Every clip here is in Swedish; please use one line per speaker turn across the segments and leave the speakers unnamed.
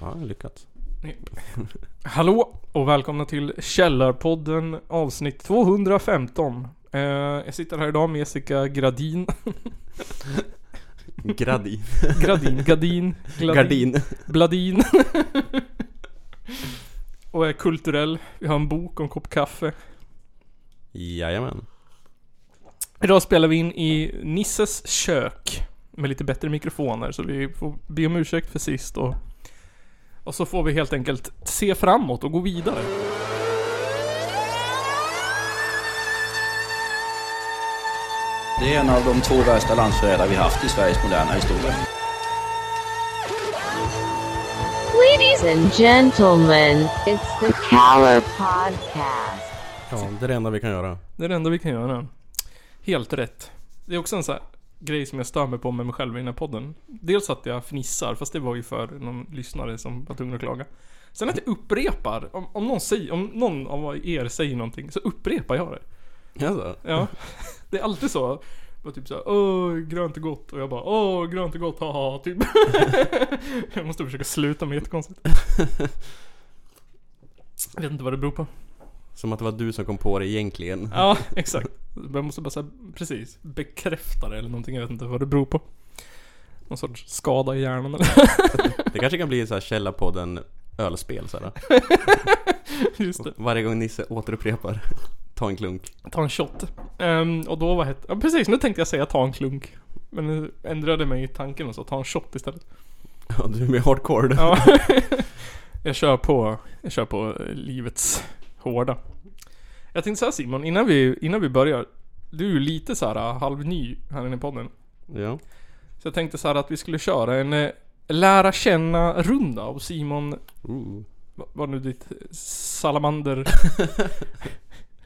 Ja, lyckats.
Hallå och välkomna till Källarpodden avsnitt 215. Eh, jag sitter här idag med Jessica Gradin.
Gradin.
Gradin, Gadin, Gladin,
Gardin.
Bladin. och är kulturell. Vi har en bok och en kopp kaffe.
Jajamän.
Idag spelar vi in i Nisses kök. Med lite bättre mikrofoner så vi får be om ursäkt för sist och... Och så får vi helt enkelt se framåt och gå vidare.
Det är en av de två värsta landsförrädare vi haft i Sveriges moderna historia.
Ladies and gentlemen, it's the Caller Podcast.
Ja, det är det enda vi kan göra.
Det är det enda vi kan göra. Helt rätt. Det är också en sån här grej som jag stör mig på med mig själv i den här podden. Dels att jag fnissar, fast det var ju för någon lyssnare som var tvungen att klaga. Sen att jag upprepar. Om, om, någon, säger, om någon av er säger någonting så upprepar jag det.
Jaså?
Ja. Det är alltid så. Bara typ såhär, åh grönt är gott. Och jag bara, åh grönt är gott, haha, typ. jag måste försöka sluta med jättekonstigt. Jag vet inte vad det beror på.
Som att det var du som kom på det egentligen.
Ja, exakt. Jag måste bara säga, precis, bekräfta det eller någonting. Jag vet inte vad det beror på. Någon sorts skada i hjärnan eller?
Det kanske kan bli så här källarpodden ölspel så här.
Just det.
Varje gång Nisse återupprepar. Ta en klunk.
Ta en shot. Ehm, och då var het... Ja, precis, nu tänkte jag säga ta en klunk. Men nu ändrade mig i tanken och så ta en shot istället.
Ja, du är mer hardcore.
Ja. jag kör på, jag kör på eh, livets hårda. Jag tänkte säga Simon, innan vi, innan vi börjar. Du är ju lite så här eh, halvny här inne i podden.
Ja.
Så jag tänkte så här att vi skulle köra en eh, lära känna-runda av Simon,
Ooh.
va- vad nu ditt salamander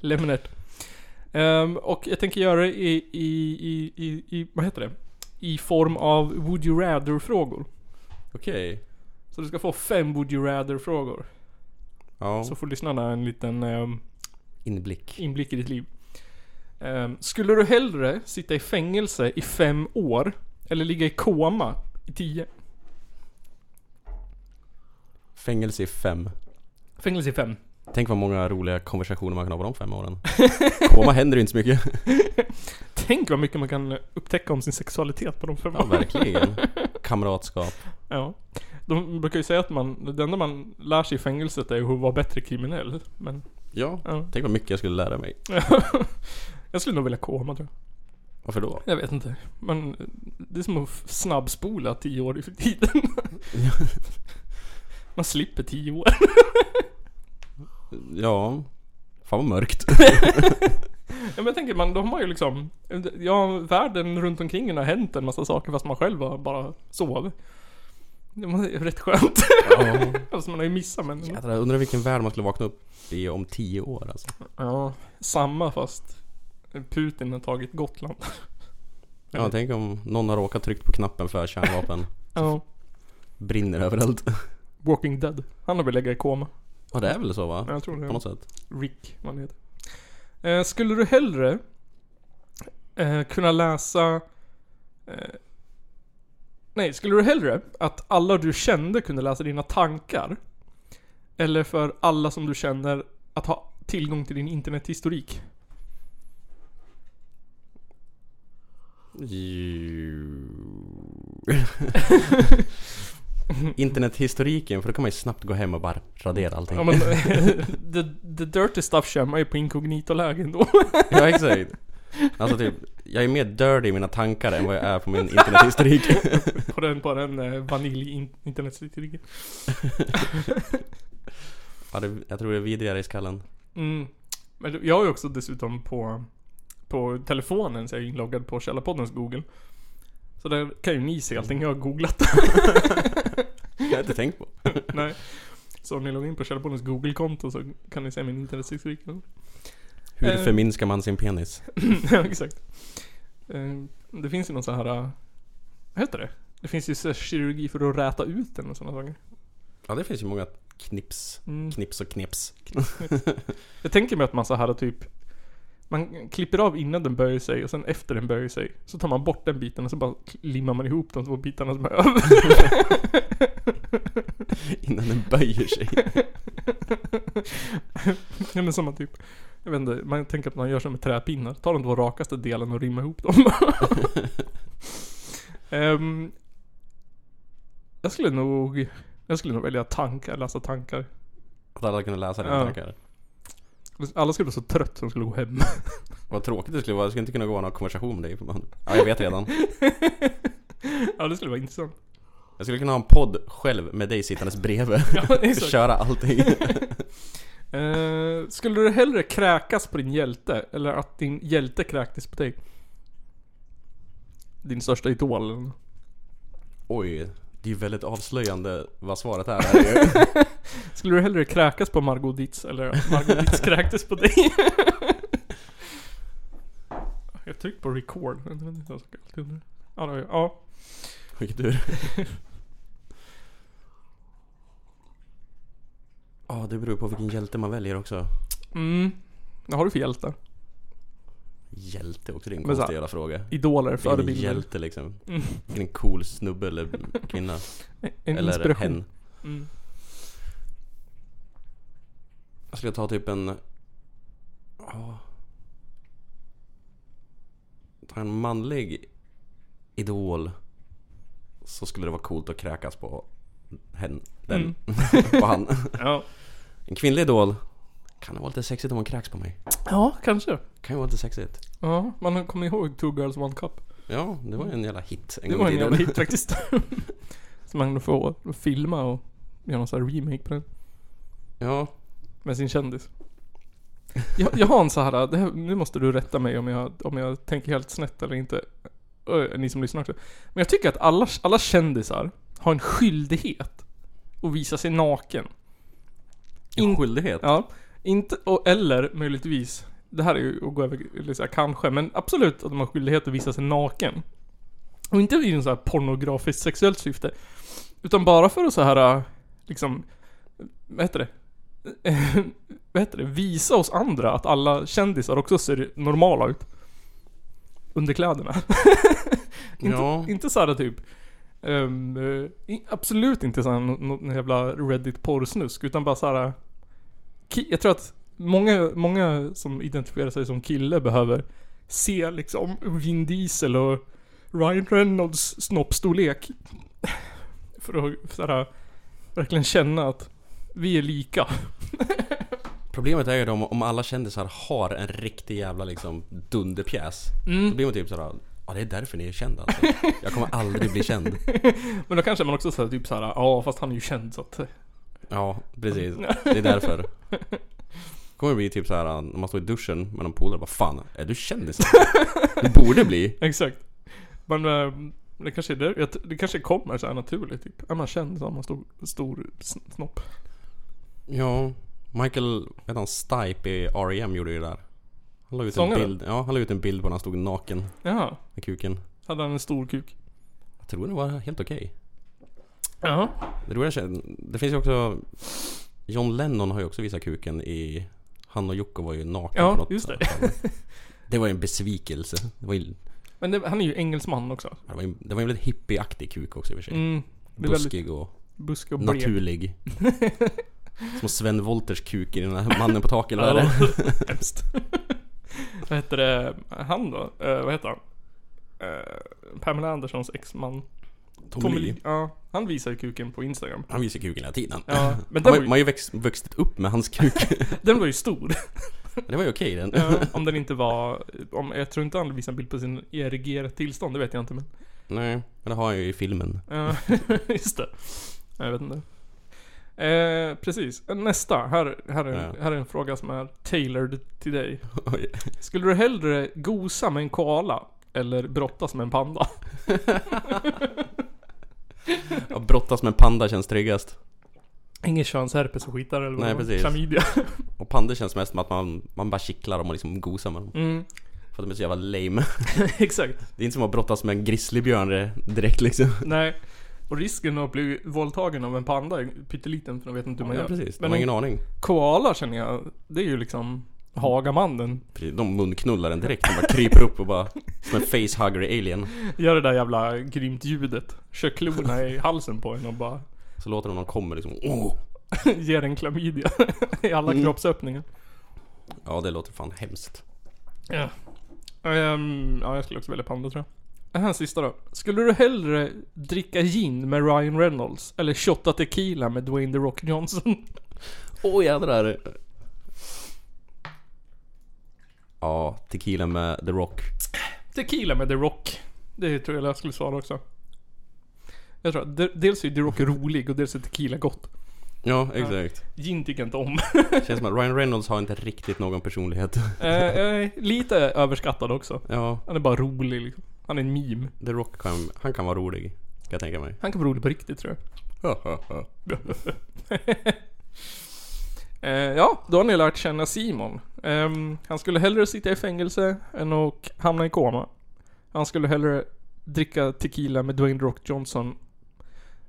Lemnert. Ehm, och jag tänker göra det i, i, i, i, i, vad heter det? I form av Would You Rather-frågor.
Okej.
Så du ska få fem Would You Rather-frågor.
Ja.
Så får lyssnarna en liten ehm,
Inblick.
inblick i ditt liv. Ehm, skulle du hellre sitta i fängelse i fem år eller ligga i koma i tio?
Fängelse i fem.
Fängelse i fem.
Tänk vad många roliga konversationer man kan ha på de fem åren. Koma händer ju inte så mycket.
Tänk vad mycket man kan upptäcka om sin sexualitet på de fem
Ja, verkligen. Kamratskap.
Ja. De brukar ju säga att man, det enda man lär sig i fängelset är ju att vara bättre kriminell. Men,
Ja.
ja.
Tänk vad mycket jag skulle lära mig.
Jag skulle nog vilja koma tror jag.
Varför då?
Jag vet inte. Men det är som att f- snabbspola tio år i tiden. Man slipper tio år.
Ja. Fan vad mörkt.
Ja, men jag tänker man, de har ju liksom... Ja, världen runt omkring en har hänt en massa saker fast man själv har bara sov. Det var ju rätt skönt.
Ja.
Fast man har ju missat men... Ja.
Jädrar, undrar vilken värld man skulle vakna upp i om tio år alltså.
samma fast Putin har tagit Gotland.
Ja, tänk om någon har råkat tryckt på knappen för kärnvapen.
Ja.
Brinner överallt.
Walking Dead. Han har väl lägga i koma.
Ja, det är väl så va?
Ja, jag tror det.
På något sätt.
Rick, vad han heter. Eh, skulle du hellre eh, kunna läsa... Eh, nej, skulle du hellre att alla du kände kunde läsa dina tankar? Eller för alla som du känner att ha tillgång till din internethistorik?
Internethistoriken, för då kan man ju snabbt gå hem och bara radera allting.
Ja men, the, the dirty stuff kör man ju på inkognito-lägen då.
Ja, exakt. Alltså typ, jag är mer dirty i mina tankar än vad jag är på min internethistorik.
på den, på den eh, vanilj-internethistoriken.
Ja, det, jag tror det är vidrigare i skallen.
Mm. Men jag har ju också dessutom på, på telefonen så jag är inloggad på Källarpoddens Google. Så där kan ju ni se allting jag har googlat.
Jag har inte tänkt på.
Nej. Så om ni loggar in på Källarpoddens Google-konto så kan ni se min internethistorik.
Hur
Eh.
förminskar man sin penis?
ja, exakt. Eh, Det finns ju någon sån här... eh, Vad heter det? Det finns ju så här kirurgi för att räta ut den och sådana saker.
Ja, det finns ju många knips.
Mm.
Knips och knips.
Jag tänker mig att man så här typ man klipper av innan den böjer sig och sen efter den böjer sig. Så tar man bort den biten och så bara limmar man ihop de två bitarna som är över.
Innan den böjer sig.
Ja, men samma typ. Jag vet inte, man tänker att man gör som med träpinnar. Ta de två rakaste delarna och rimma ihop dem. Ehm, jag skulle nog... Jag skulle nog välja tankar, läsa tankar.
Att alla kunde läsa dina
Ja.
tankar.
Alla skulle vara så trött som skulle gå hem.
Vad tråkigt det skulle vara. Jag skulle inte kunna gå och ha någon konversation med dig. Man- Ja, jag vet redan.
ja, det skulle vara intressant.
Jag skulle kunna ha en podd själv med dig sittandes bredvid.
Ja, exakt.
Köra allting.
Eh, skulle du hellre kräkas på din hjälte, eller att din hjälte kräktes på dig? Din största idol eller något.
Oj, det är ju väldigt avslöjande vad svaret är. här ju.
Skulle du hellre kräkas på Margot Ditz eller att Margot Ditz kräktes på dig? Jag tryckte på record. Jag vet inte vad jag ska- jag undrar. Ja, det var ju- ja.
Vilken tur. Ja, det beror på vilken hjälte man väljer också.
Mm. Vad har du för hjältar?
Hjälte också, det är en
Men så-
konstig jävla fråga.
Idoler,
Vilken är
förebilder? Mm.
hjälte liksom? Är det en cool snubbe eller kvinna?
En
eller
inspiration?
hen?
Mm.
Jag skulle ta typ en... Ja. Ta en manlig idol. Så skulle det vara coolt att kräkas på hen.
Mm.
Den. på han.
Ja.
En kvinnlig idol. Kan det vara lite sexigt om hon kräks på mig?
ja, kanske.
Kan ju vara lite sexigt.
Ja, man kommer ihåg Two Girls One Cup.
Ja, det var ju en jävla hit en
Det
gång
var
i
en
tiden.
jävla hit faktiskt. Så man får filma och göra någon sån här remake på den.
Ja,
Med sin kändis. Jag, jag har en så här, det här, nu måste du rätta mig om jag, om jag tänker helt snett eller inte. Ö, ni som lyssnar också. Men jag tycker att alla, alla kändisar har en skyldighet att visa sig naken.
en
In-
skyldighet.
Ja, inte, och, eller möjligtvis, det här är ju att gå över, eller så här, kanske, men absolut att de har skyldighet att visa sig naken. Och inte i en så här pornografiskt sexuellt syfte. Utan bara för att så här, äh, liksom, vad heter det? vad heter det? Visa oss andra att alla kändisar också ser normala ut. Under kläderna. inte,
Ja.
inte så här typ, ehm, eh, i- absolut inte såhär någon no, någon jävla reddit porrsnusk utan bara såhär ki- Jag tror att många, många som identifierar sig som kille behöver se liksom Vin Diesel och Ryan Reynolds snoppstorlek. För att såhär, verkligen känna att vi är lika.
Problemet är ju då om- om alla kändisar har en riktig jävla liksom dunderpjäs.
Mm.
Då blir man typ såhär, ja det är därför ni är kända alltså. Jag kommer aldrig bli känd.
Men då kanske man också säger typ såhär, ja fast han är ju känd så att...
Ja, precis. Det är därför. Kommer bli typ så här när man står i duschen med någon polare, vad fan, är du kändis? Du borde bli.
Exakt. Men eh, det kanske, är det, jag t- det kanske kommer så här naturligt typ. Är man känd så har man stor, stor sn- snopp.
Ja, Michael, vet han, Stipe i R.E.M. gjorde ju det där. Han la ut en
Sångare?
bild, ja han la ut en bild på när han stod naken
Jaha.
med kuken.
Hade han en stor kuk?
Jag tror det var helt okej.
Jaha.
Det roliga är- det finns ju också... John Lennon har ju också visat kuken i... Han och Jocke var ju naken
Ja,
på något
just det.
sätt. Det var ju en besvikelse. Det var ju,
Men det, han är ju engelsman också.
det var ju, det var ju en väldigt hippieaktig kuk också i och för sig.
Mm. Det är väldigt
Buskig och
buskig och blek.
naturlig. Som Sven Wolters kuk i den här mannen på taket eller
Ja,
vad är det?
Hemskt. vad heter det? Han då? Eh, vad heter han? Eh, Pamela Andersons exman.
Tommy Lee.
Ja. Han visar ju kuken på Instagram.
Han visar kuken hela tiden.
Ja. Men
Man,
den
har
var
ju-
ju,
man har ju växt, vuxit upp med hans kuk.
den var ju stor.
Det var ju okej den.
Ja, om den inte var... Om, jag tror inte han visade en bild på sin erigerat tillstånd, det vet jag inte men...
Nej, men det har han ju i filmen.
Ja, just det. Jag vet inte. Eh, precis. Nästa. Här, här, är,
Ja.
här är en fråga som är tailored till dig.
Oj.
Skulle du hellre gosa med en koala eller brottas med en panda?
Att brottas med en panda känns tryggast.
Ingen könsherpes och skitar eller vad
Nej,
det var.
precis.
Chlamydia.
Och pandor känns mest som att man, man bara kittlar dem och liksom gosar med dem.
Mm,
För att de är så jävla lame.
exakt.
Det är inte som att brottas med en grizzlybjörn det- direkt liksom.
Nej. Och risken att bli våldtagen av en panda är pytteliten för de vet inte hur man
Ja,
gör.
precis, de
Men
har ingen
en
aning.
koala känner jag, det är ju
Mm.
liksom Hagamannen.
Precis, De munknullar den direkt. De bara kryper upp och bara... Som en facehugger i Alien.
Gör det där jävla grymt ljudet. Kör klorna i halsen på en och bara
Så låter de någon kommer liksom oh!
Ger en klamydia i alla kroppsöppningar.
Ja det låter fan hemskt.
Ja. Ehm, ja, jag skulle också välja panda tror jag. Den här sista då. Skulle du hellre dricka gin med Ryan Reynolds eller shotta tequila med Dwayne The Rock Johnson?
Åh jädrar! Ja, tequila med The Rock.
tequila med The Rock. Det tror jag jag skulle svara också. Jag tror att de- dels är The Rock rolig och dels är tequila gott.
Ja, exakt.
Gin tycker jag inte om.
Känns som att Ryan Reynolds har inte riktigt någon personlighet.
Eh, jag är lite överskattad också.
Ja,
Han är bara rolig liksom. Han är en meme.
The Rock kan, han kan vara rolig. Kan jag tänka mig.
Han kan vara rolig på riktigt tror jag. Eh, ja, då har ni lärt känna Simon. Ehm, han skulle hellre sitta i fängelse än att hamna i koma. Han skulle hellre dricka tequila med Dwayne The Rock Johnson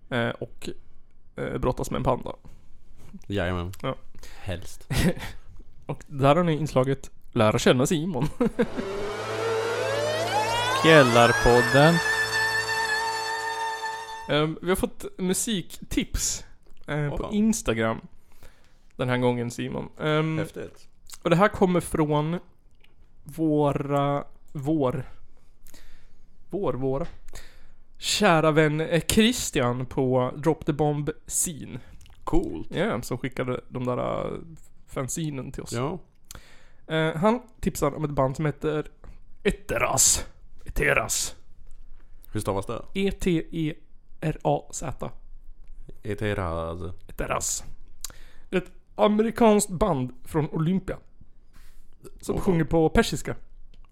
eh, och eh, brottas med en panda.
Jajamän.
Ja.
Helst.
Och där har ni inslaget Lära känna Simon.
Källarpodden.
Ehm, vi har fått musiktips eh,
Åh,
på
fan.
Instagram. Den här gången Simon. Ehm,
Häftigt.
Och det här kommer från våra, vår, vår, våra. Kära vän eh, Christian på Drop the Bomb Scene.
Coolt.
Ja, som skickade de där eh, fanzinen till oss.
Ja.
Eh, han tipsar om ett band som heter Eteras. Eteras. E
Hur stavas det?
E-T-E-R-A-Z.
Eteraz.
Eteras. Ett amerikanskt band från Olympia. Som
Åh.
sjunger på persiska.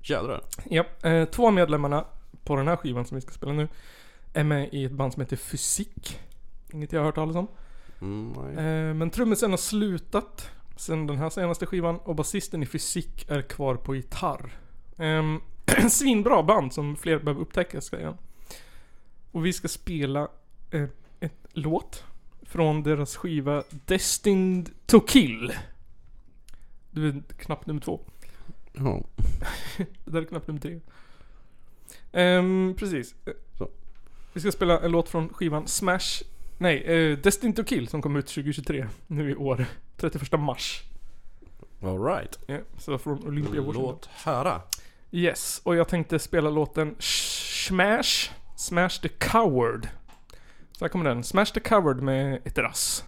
Jädrar.
Ja, eh, två av medlemmarna på den här skivan som vi ska spela nu är med i ett band som heter Fysik. Inget jag har hört talas om.
Mm, nej.
Eh, men trummisen har slutat sen den här senaste skivan och basisten i Fysik är kvar på gitarr. Ehm, svinbra band som fler behöver upptäcka ska jag. Och vi ska spela eh, ett låt från deras skiva Destined to Kill. Du är knapp nummer två.
Ja.
Det där är knapp nummer tre. Ehm, precis. Eh,
Så.
Vi ska spela en låt från skivan Smash... Nej, eh, Destined to Kill som kom ut 2023. Nu i år. 31 mars.
Alright.
Ja, så från Olympia Washington.
Låt höra.
Yes, och jag tänkte spela låten Sh- Smash. Smash the Coward. Så här kommer den. Smash the Coward med ett rass.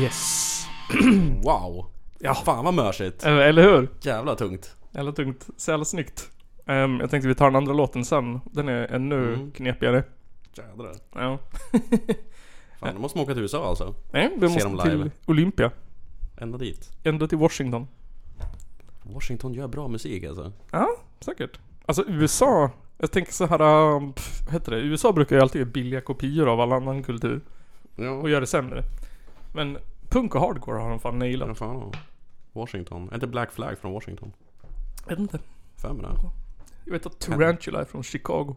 Yes.
Wow. Ja. Fan vad mörsigt.
Eh, Eller hur?
Jävla tungt.
Jävla tungt. Så jävla snyggt. Ehm, jag tänkte vi tar den andra låten sen. Den är ännu
Mm.
knepigare.
Jädrar.
Ja.
Fan, då måste man åka till USA alltså.
Nej, vi
Se
måste
dem
till
live.
Olympia.
Ända dit.
Ända till Washington.
Washington gör bra musik alltså.
Ja, säkert. Alltså USA, jag tänker så här, um, pff, vad heter det? USA brukar ju alltid göra billiga kopior av all annan kultur
Ja,
och göra det sämre. Men punk och hardcore har de fan nailat.
vad fan. ja. Washington. Är inte Black Flag från Washington?
Jag vet inte.
För mig det.
Jag vet att Tarantula är från Chicago.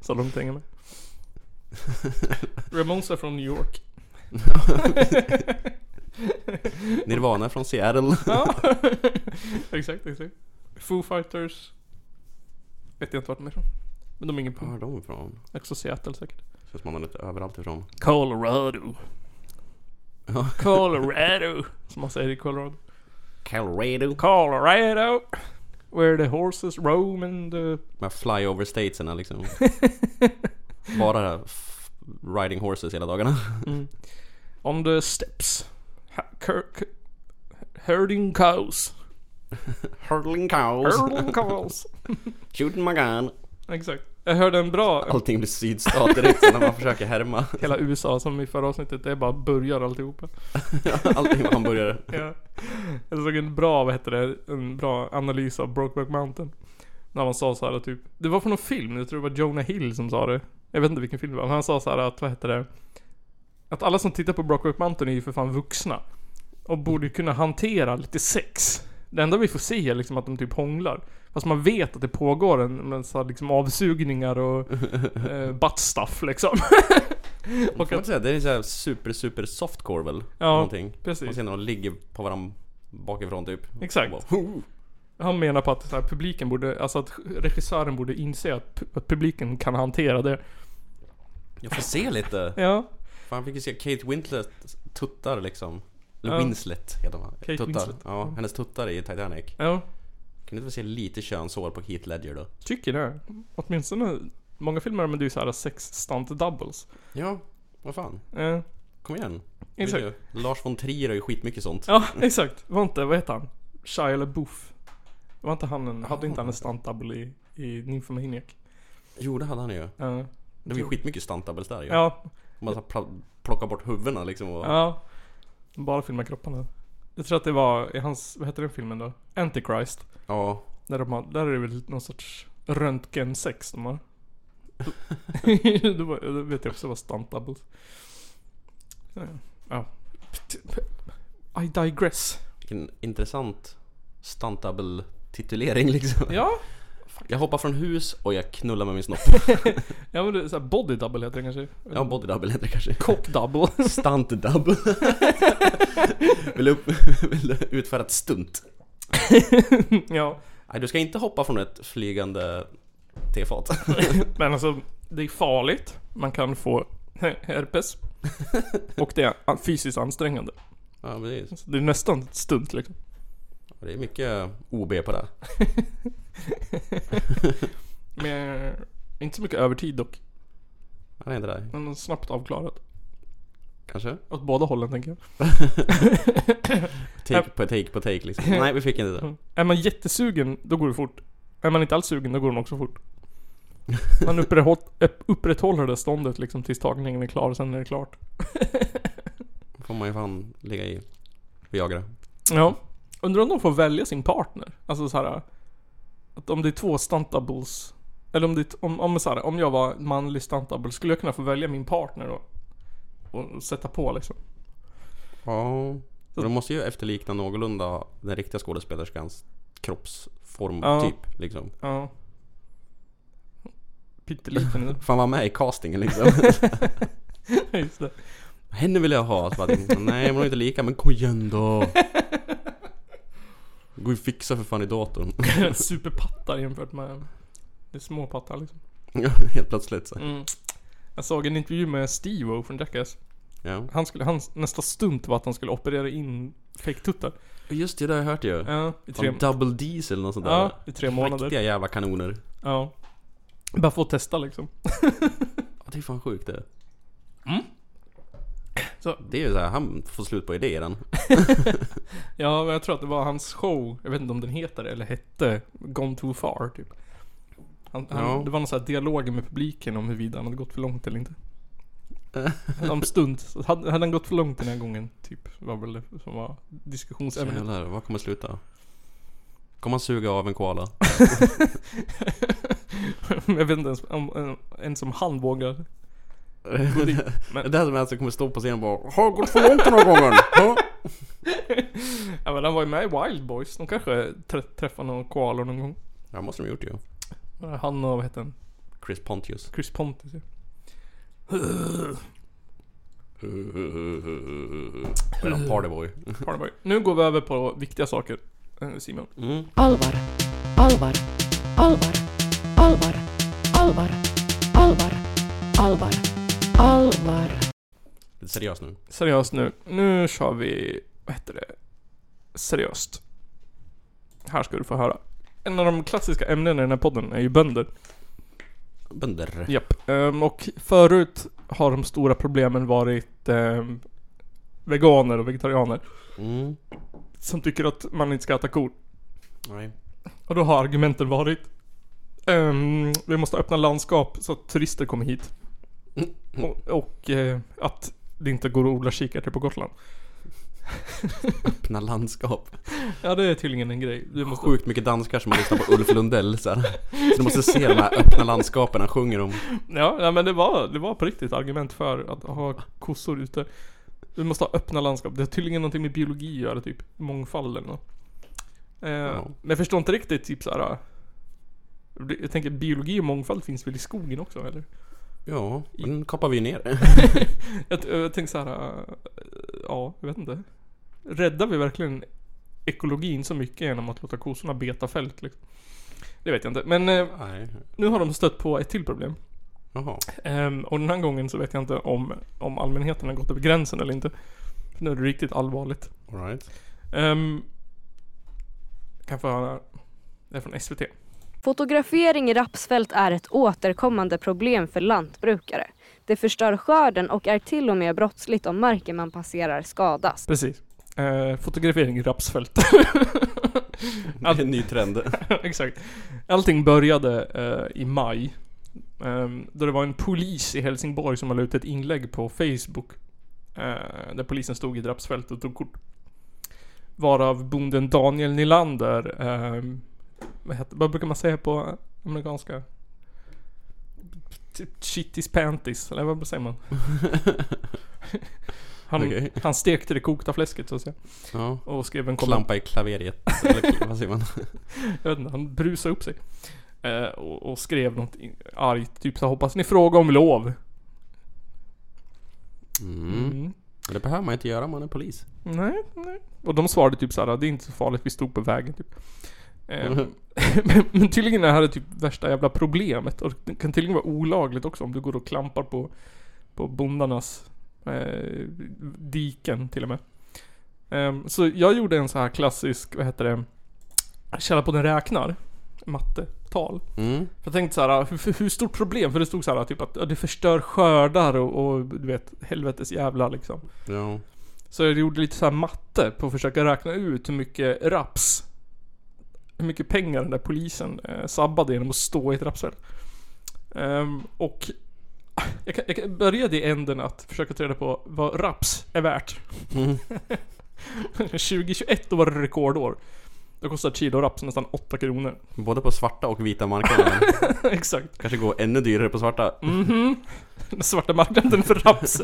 så de tänker med. Ramones är från New York.
Nirvana är från Seattle.
Ja, exakt, exakt. Foo Fighters. Vet jag inte vart de är ifrån. Men de är ingen
Var är
punk.
de ifrån?
Också Seattle säkert.
Känns som man är lite överallt ifrån.
Colorado.
Ja.
Colorado. Som man säger i Colorado.
Colorado.
Colorado. Where the horses roam and the...
De här flyover statesen liksom. Bara f- riding horses hela dagarna.
On the steps. Ha- cur- cu- herding cows.
Hurling cows.
Herding cows.
Shooting my gun.
Exakt. Jag hörde en bra...
Allting blir sydstat direkt när man försöker härma.
Hela USA som i förra avsnittet, det är bara burgar alltihopa.
Allting var hamburgare.
Ja. Jag såg en bra, vad heter det, en bra analys av Brokeback Mountain. När man sa så här typ, det var från någon film, jag tror det var Jonah Hill som sa det. Jag vet inte vilken film det var, men han sa så här att, vad heter det? Att alla som tittar på Brokeback Mountain är ju för fan vuxna. Och borde ju kunna hantera lite sex. Det enda vi får se är liksom att de typ hånglar. Fast man vet att det pågår en massa liksom avsugningar och eh, butt stuff liksom.
Man kan inte säga, det är såhär super super softcore väl?
Ja,
någonting.
precis.
Man ser när de ligger på varandra bakifrån typ.
Exakt.
Och bara, "Hoo!"
Han menar på att så här, publiken borde, alltså att regissören borde inse att, pu- att publiken kan hantera det.
Jag får se lite.
Ja,
Fan fick ju se Kate Winslet tuttar liksom. Eller
Ja.
Winslet heter man.
Kate
tuttar.
Winslet.
Ja, hennes tuttar i Titanic.
ja.
Kunde inte få se lite könshår på Heath Ledger då?
Tycker det. Åtminstone, många filmer använder ju såhär sex stunt doubles.
Ja, vad fan.
Eh,
Kom igen.
exakt.
Vill du? Lars von Trier har ju skitmycket sånt.
Ja, exakt. Var inte, vad heter han? Shia LaBeouf. Var inte han en, hade inte han en stunt double i, i Nymphomaniac?
Jo, det hade han ju.
Eh,
Det var ju skitmycket stuntables där ju.
ja,
Man så här pla- plockar bort huvudena liksom och...
ja. Bara filma kropparna. Jag tror att det var i hans, vad heter den filmen då? Antichrist.
ja.
Där, de har, där är det väl någon sorts röntgensex de har. det, var, det vet jag också var stunt doubles. Ja. ja. I digress.
Vilken intressant stuntable titulering liksom.
Ja,
Jag hoppar från hus och jag knullar med min snopp.
ja men det är såhär body double heter det kanske.
Ja, body double heter det kanske.
Cock double.
Stunt double. vill, du upp, vill du utföra ett stunt?
ja,
Nej, du ska inte hoppa från ett flygande tefat.
men alltså det är farligt. Man kan få herpes. Och det är fysiskt ansträngande.
Ja, precis.
Så det är nästan ett stunt liksom.
Det är mycket OB på det.
Men inte så mycket övertid dock.
Ja, det är inte det.
Men snabbt avklarat.
Kanske?
Åt båda hållen tänker jag.
Take på take på take liksom. Nej, vi fick inte det.
Mm. Är man jättesugen, då går det fort. Är man inte alls sugen, då går den också fort. Man upprätthåll- upp- upprätthåller det ståndet liksom tills tagningen är klar, sen är det klart.
får man ju fan ligga i Viagra.
Ja. Undrar om de får välja sin partner? Alltså så här. Att om det är två stuntables. Eller om det är t- om, om, så här, om jag var manlig stuntable, skulle jag kunna få välja min partner då? Och sätta på liksom.
Ja. Och de måste ju efterlikna någorlunda den riktiga skådespelerskans kroppsform
Ja.
typ. Liksom.
Ja. Pytteliten.
Fan var med i castingen liksom.
Just det.
Henne vill jag ha. Så bara, Nej men hon är inte lika, men kom igen då. Gå och fixa för fan i datorn.
Superpattar jämfört med... Det är små pattar liksom.
Helt plötsligt så.
Mm. Jag såg en intervju med Steve från Jackass.
Ja.
Han skulle, hans nästa stunt var att han skulle operera in fejktuttar.
Just det, det har jag hört ju.
Ja, i tre,
Fan, double diesel eller något sånt
ja,
där.
i tre månader.
Riktiga jävla kanoner.
Ja. Bara få testa liksom.
Ja, det är fan sjukt det.
Så.
Mm. Det är ju såhär, han får slut på idéer han.
Ja, men jag tror att det var hans show. Jag vet inte om den heter det, eller hette Gone Too Far typ. Han, han,
Ja.
Det var någon sån här dialog med publiken om huruvida han hade gått för långt eller inte. Om stund. Så Hade, hade han gått för långt den här gången, typ. Var väl det som var diskussionsämnet.
Jävlar, vad kommer sluta? Kommer han suga av en koala?
Jag vet inte ens om, om, ens om han vågar.
Det där som alltså kommer stå på scenen och bara Har gått för långt den här gången? Ha?
Ja men han var ju med i Wild Boys. De kanske trä, träffade någon koala någon gång.
Ja, måste de gjort ju.
Han och vad heter han?
Chris Pontius.
Chris Pontus ja.
Eller Partyboy.
Partyboy. Nu går vi över på viktiga saker. eh, Simon.
Mm.
Alvar. Alvar. Alvar. Alvar. Alvar. Alvar. Alvar. Alvar.
Lite seriös nu.
Seriöst nu. Nu kör vi, vad heter det? Seriöst. Här ska du få höra. En av de klassiska ämnena i den här podden är ju bönder.
Bönder.
Japp. Ehm, och förut har de stora problemen varit ehm, veganer och vegetarianer.
Mm.
Som tycker att man inte ska äta kor.
Nej.
Och då har argumenten varit ehm, Vi måste öppna landskap så att turister kommer hit. Och, och eh, att det inte går att odla kikärtor på Gotland.
Öppna landskap.
Ja det är tydligen en grej. Du måste...
Sjukt mycket danskar som har lyssnat på Ulf Lundell så, här. så du måste se de här öppna landskapen han sjunger om.
Ja, ja men det var, det var på riktigt argument för att ha kossor ute. Du måste ha öppna landskap. Det har tydligen någonting med biologi att göra, typ mångfald eller något. Eh, Men jag förstår inte riktigt typ såhär... eh, Jag tänker biologi och mångfald finns väl i skogen också eller?
Ja, den kapar vi ner.
Jag, t- jag tänker såhär... eh, Ja, jag vet inte. Räddar vi verkligen ekologin så mycket genom att låta kossorna beta fält liksom? Det vet jag inte. Men eh,
Nej.
nu har de stött på ett till problem.
Jaha.
Ehm, och den här gången så vet jag inte om, om allmänheten har gått över gränsen eller inte. För nu är det riktigt allvarligt.
Alright.
Um, kan få höra. Det är från SVT.
Fotografering i rapsfält är ett återkommande problem för lantbrukare. Det förstör skörden och är till och med brottsligt om marken man passerar skadas.
Precis. Eh, fotografering i rapsfält.
Det är en ny trend.
Exakt. Allting började eh, i maj. Um, då det var en polis i Helsingborg som hade ut ett inlägg på Facebook. eh, där polisen stod i ett rapsfält och tog kort. Varav bonden Daniel Nylander, ehm, vad, heter, vad brukar man säga på amerikanska? Typ Chittis panties, eller vad säger man? han,
Okej.
han stekte det kokta fläsket så att säga.
Ja.
Och skrev en kommentar.
Klampa i klaveriet. Eller vad säger man?
Jag vet inte, han brusade upp sig. Eh, och, och skrev något in- argt, typ så här, hoppas ni frågar om lov.
Mm.
Mm.
Men Det behöver man inte göra om man är polis.
Nej, nej. Och de svarade typ såhär, det är inte så farligt, vi stod på vägen typ. Eh,
Mhm.
men, men tydligen är det här typ värsta jävla problemet. Och det kan tydligen vara olagligt också om du går och klampar på, på bondarnas eh, diken till och med. Ehm, så jag gjorde en så här klassisk, vad heter det, källa på den räknar. Mattetal.
Mm.
Jag tänkte såhär, hur, hur stort problem? För det stod såhär typ att ja, det förstör skördar och, och du vet, helvetes jävla liksom.
Ja.
Så jag gjorde lite så här matte på att försöka räkna ut hur mycket raps, hur mycket pengar den där polisen eh, sabbade genom att stå i ett rapsfält. Ehm, och jag, kan, jag kan började i änden att försöka ta reda på vad raps är värt.
Mm.
2021 då var det rekordår. Då kostade ett kilo raps nästan 8 kronor.
Både på svarta och vita marknaden.
Exakt.
Kanske gå ännu dyrare på svarta.
Mm-hmm. Den svarta marknaden för raps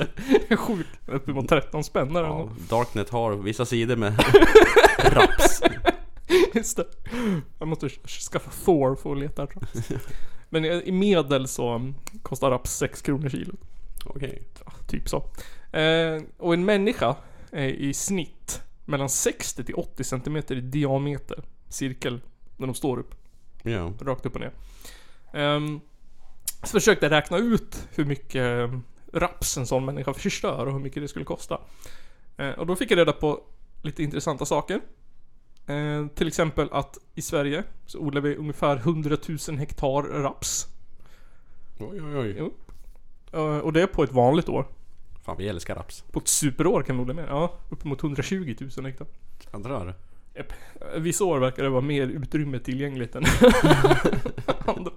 är sjuk. Uppemot 13 spänn eller
Ja,
något.
Darknet har vissa sidor med raps.
Just det. Jag måste skaffa får för att leta efter raps. Men eh, i medel så mm, kostar raps 6 kronor kilo.
Okej.
Typ så. Eh, och en människa är i snitt mellan 60 till 80 centimeter i diameter. Cirkel. När de står upp.
Ja.
Rakt upp och ner. Ehm, så försökte jag räkna ut hur mycket ehm, raps en sån människa förstör och hur mycket det skulle kosta. Eh, och då fick jag reda på lite intressanta saker. Eh, till exempel att i Sverige så odlar vi ungefär 100 000 hektar raps.
Oj, oj, oj.
Jo. Eh, och det är på ett vanligt år.
Fan, vi älskar raps.
På ett superår kan vi odla mer. Ja, uppemot 120 000 hektar.
Andrar.
Japp. Eh, Vissa år verkar det vara mer utrymme tillgängligt än andra.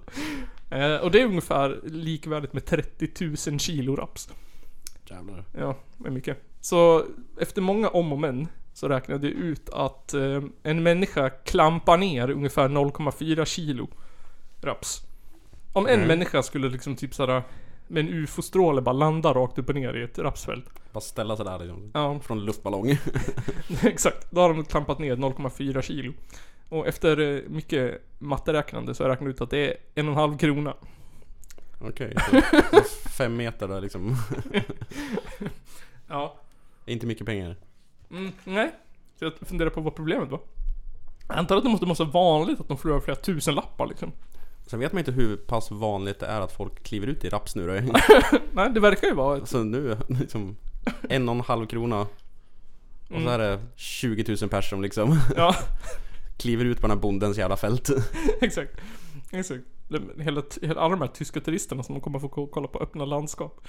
Eh, och det är ungefär likvärdigt med 30 000 kilo raps.
Jävlar.
Ja, det är mycket. Så efter många om och men så räknade jag ut att eh, en människa klampar ner ungefär 0,4 kilo raps. Om en
Mm.
människa skulle liksom typ såhär med en ufo-stråle bara landa rakt upp och ner i ett rapsfält.
Bara ställa sig där liksom.
Ja,
Från en luftballong.
exakt. Då har de klampat ner 0,4 kilo. Och efter eh, mycket matteräknande så har jag räknat ut att det är en och en halv krona.
Okej. så- så Fem meter där liksom.
Ja.
Inte mycket pengar.
Mm, nej. Så jag funderar på vad problemet var. Jag antar att det måste måste vara vanligt att de förlorar flera tusen lappar liksom.
Sen vet man inte hur pass vanligt det är att folk kliver ut i rapsnurror.
Nej, det verkar ju vara ett...
Så nu liksom en och en halv krona. Och så är det 20 000 personer som liksom
Ja,
kliver ut på den här bondens jävla fält.
exakt. Exakt. Det- Hela, hela, alla de här tyska turisterna som kommer få ko- kolla på öppna landskap.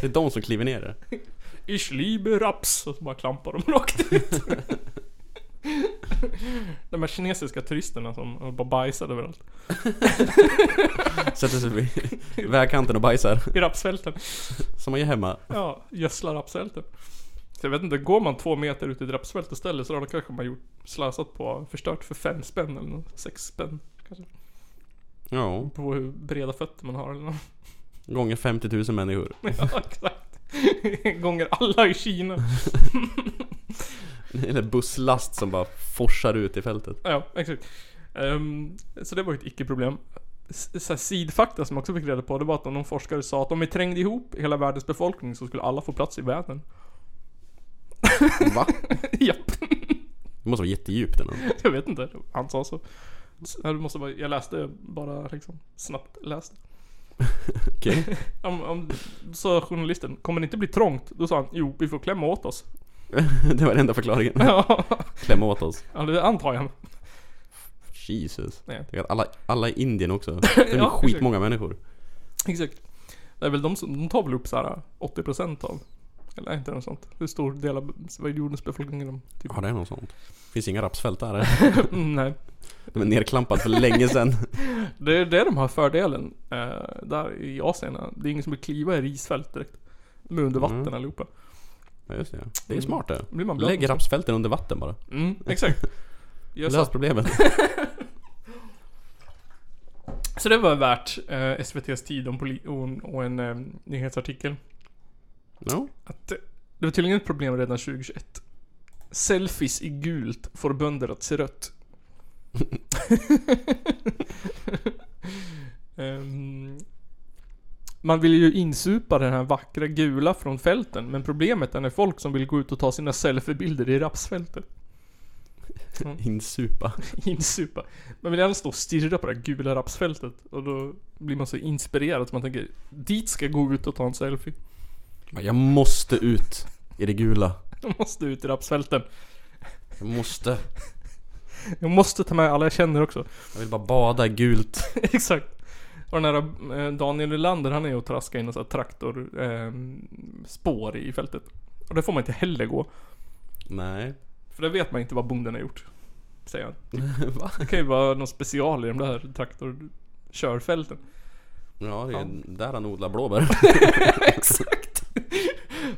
Det är de som kliver ner det.
Ich liebe raps! Och så bara klampar de rakt ut. de här kinesiska turisterna som bara bajsar överallt.
Sätter sig vid vägkanten och bajsar.
I rapsfälten.
Som man gör hemma.
Ja, gödslar rapsfälten. Så jag vet inte, går man två meter ut i ett rapsfält istället så har de kanske man gjort, slösat på, förstört för fem spänn eller något, sex spänn. Kanske.
Ja.
På hur breda fötter man har eller något.
Gånger 50 000 människor.
Ja, exakt. Gånger alla i Kina.
Eller busslast som bara forsar ut i fältet.
Ja, exakt. Ehm, så det var ju ett icke-problem. S- Så här, sidfakta som jag också fick reda på, det var att någon forskare sa att om vi trängde ihop hela världens befolkning så skulle alla få plats i världen.
Va?
Japp,
Det måste vara jättedjupt eller något.
jag vet inte. Han sa så. Så här, det måste vara, jag läste bara liksom snabbt läste.
Okej.
Om, om, då sa journalisten, kommer det inte bli trångt? Då sa han, jo vi får klämma åt oss.
Det var den enda förklaringen.
Ja,
Kläm åt oss.
ja, det antar jag.
Jesus.
Ja.
Tänk att Alla, alla i Indien också. Det är
Ja,
skitmånga människor.
Exakt. Det är väl de som, de tar väl upp såhär 80% av, eller inte något sånt. Hur stor del av vad är jordens befolkning är de? Typ.
Ja, det är något sånt. Finns inga rapsfält där.
Mm, nej.
De är nerklampade för länge sedan.
Det är det de har fördelen eh, där i Asien. Det är ingen som vill kliva i risfält direkt. De är under vatten
Mm.
allihopa.
Ja, just det. Det är smart det.
Blir man blöt
Lägg
och så.
rapsfälten under vatten bara.
Mm, exakt. Jag sa,
Lös problemet.
så det var värt eh, SVT's tid om poli- och, en- och en eh, nyhetsartikel.
Ja.
Att eh, det var tydligen ett problem redan 2021. Selfies i gult får bönder att se rött. Ehm, man vill ju insupa den här vackra gula från fälten, men problemet är när folk som vill gå ut och ta sina selfiebilder i rapsfältet.
Insupa.
Insupa. Man vill gärna stå och stirra på det här gula rapsfältet och då blir man så inspirerad att man tänker dit ska jag gå ut och ta en selfie.
Jag måste ut i det gula.
Jag måste ut i rapsfälten.
Jag måste.
Jag måste ta med alla jag känner också.
Jag vill bara bada i gult.
Exakt. Och den här eh, Daniel Nylander han är ju och traskar in och så här traktor, eh, spår i fältet. Och det får man inte heller gå.
Nej.
För det vet man inte vad bonden har gjort. Säger han.
Va?
Det kan ju vara någon special i de där traktorkörfälten.
Ja, det är där han odlar blåbär.
Exakt!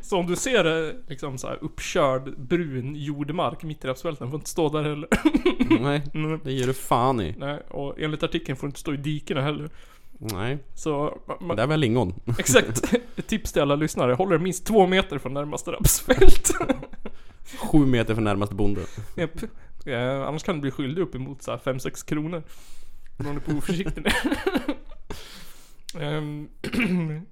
Så om du ser eh, liksom så här uppkörd brun jordmark mitt i rapsfälten, får inte stå där heller. Mm.
Nej. Det ger du fan i.
Nej, och enligt artikeln får du inte stå i dikena heller.
Nej.
Så... ma- ma-
Där var lingon.
Exakt. Ett tips till alla lyssnare. Håll er minst två meter från närmaste rapsfält.
Sju meter från närmaste bonde.
Japp. Eh, annars kan du bli skyldig uppemot så här 5-6 kronor. Beroende på hur oförsiktig du är. Ehm,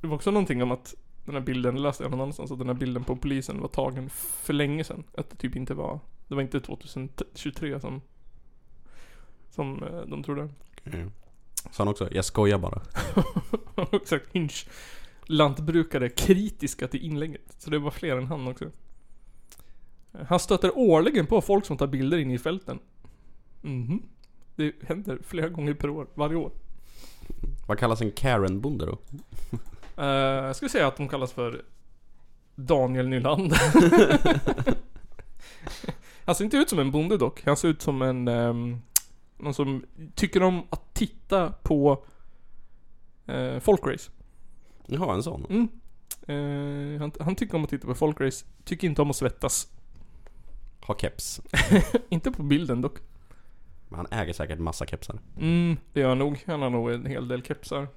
Det var också någonting om att den här bilden, det läste jag någon annanstans, att den här bilden på polisen var tagen för länge sedan. Att det typ inte var, det var inte 2023 som, som eh, de trodde.
Sa han också, jag skojar bara.
Exakt, Hinch. Lantbrukare kritiska till inlägget. Så det var fler än han också. Han stöter årligen på folk som tar bilder inne i fälten. Mhm. Det händer flera gånger per år, varje år.
Vad kallas en Karen-bonde då?
Eh, jag skulle säga att de kallas för Daniel Nylander. han ser inte ut som en bonde dock. Han ser ut som en... ehm, någon som tycker om att titta på uh, folkrace.
Jaha, en sån.
Mm. Eh, han, han tycker om att titta på folkrace. Tycker inte om att svettas.
Har keps.
Inte på bilden dock.
Men han äger säkert massa kepsar.
Mm, det gör han nog. Han har nog en hel del kepsar.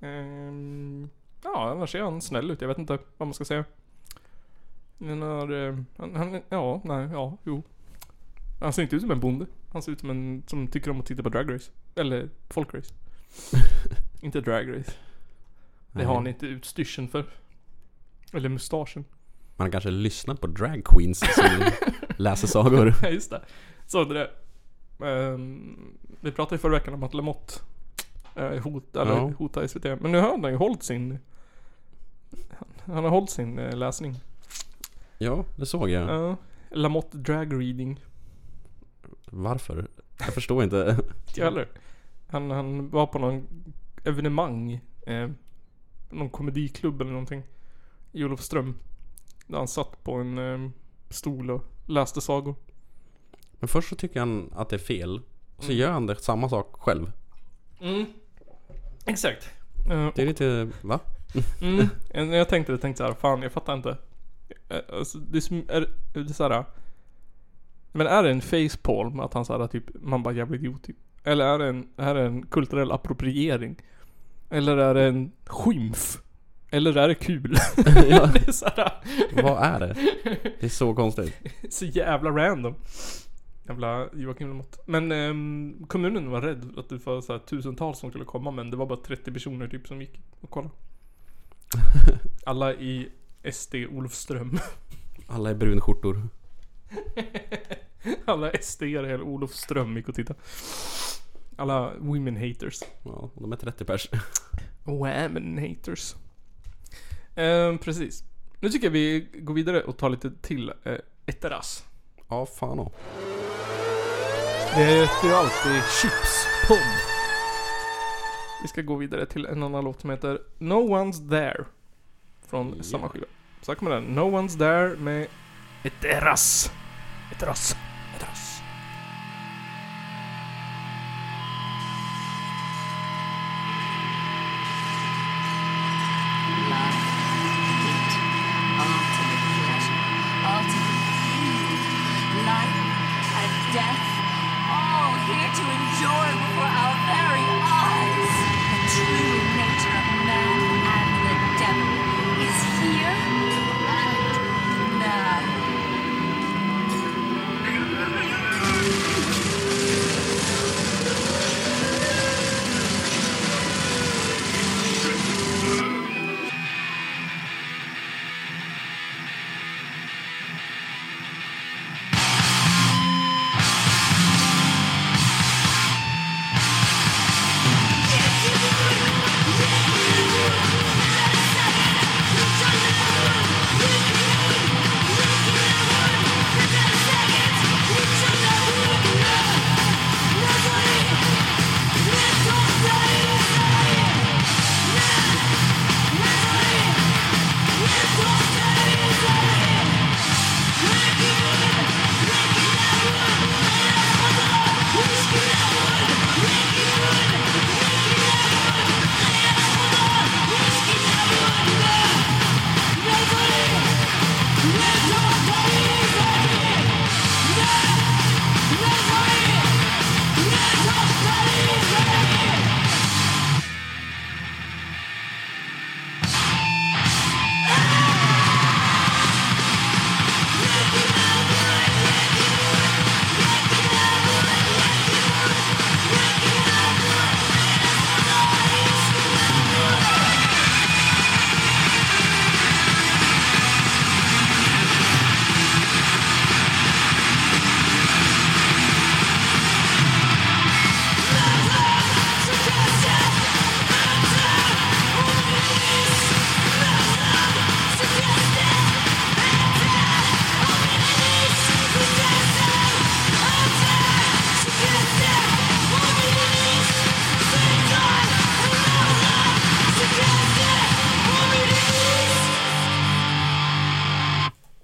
Ehm, ja, annars ser han snäll ut. Jag vet inte vad man ska säga. Han har... eh, Han, han, ja, nej, ja, jo. Han ser inte ut som en bonde. Han ser ut som en som tycker om att titta på dragrace. Eller folkrace. inte dragrace. Det har han inte utstyrseln för. Eller mustaschen.
Man kanske lyssnar på drag queens som läser sagor.
Ja, just det. Så det där. Ehm, vi pratade ju förra veckan om att Lamotte uh, hot, eller,
Ja.
hotar SVT. Men nu har han ju hållit sin... Han, han har hållit sin eh, läsning.
Ja, det såg jag.
Ja. Lamotte Drag Reading.
Varför? Jag förstår inte.
Inte jag heller. Han, han var på någon evenemang. Eh, någon komediklubb eller någonting. I Olofström. Där han satt på en eh, stol och läste sagor.
Men först så tycker han att det är fel. Och så gör han det samma sak själv.
Exakt.
Det är lite, va?
Mm. När jag tänkte det tänkte jag så här, fan jag fattar inte. Eh, Alltså, det är, som- är, det är så här. Men är det en facepalm att han så här, typ, man bara jävla idiot typ? Eller är det en, är det en kulturell appropriering? Eller är det en skymf? Eller är det kul? det är så här,
Vad är det? Det är så konstigt.
så jävla random. Jävla Joakim Lamotte. Men ehm, kommunen var rädd att det var så här, tusentals som skulle komma men det var bara 30 personer typ som gick och kollade. Alla i SD Olofström.
Alla är brunskjortor.
Alla SD i hela Olofström gick och tittade. Alla women haters.
Ja, de är 30 pers.
Women haters. Ehm, precis. Nu tycker jag vi går vidare och tar lite till eh, Etteras.
Ja, fan också.
Det heter ju alltid Chipspodd. Vi ska gå vidare till en annan låt som heter No One's There. Från samma skiva. Så här kommer den. No One's There med ett eras. Ett ras. Ett ras.
Life and death, all here to enjoy before our very eyes. The true nature of man and the devil is here and now.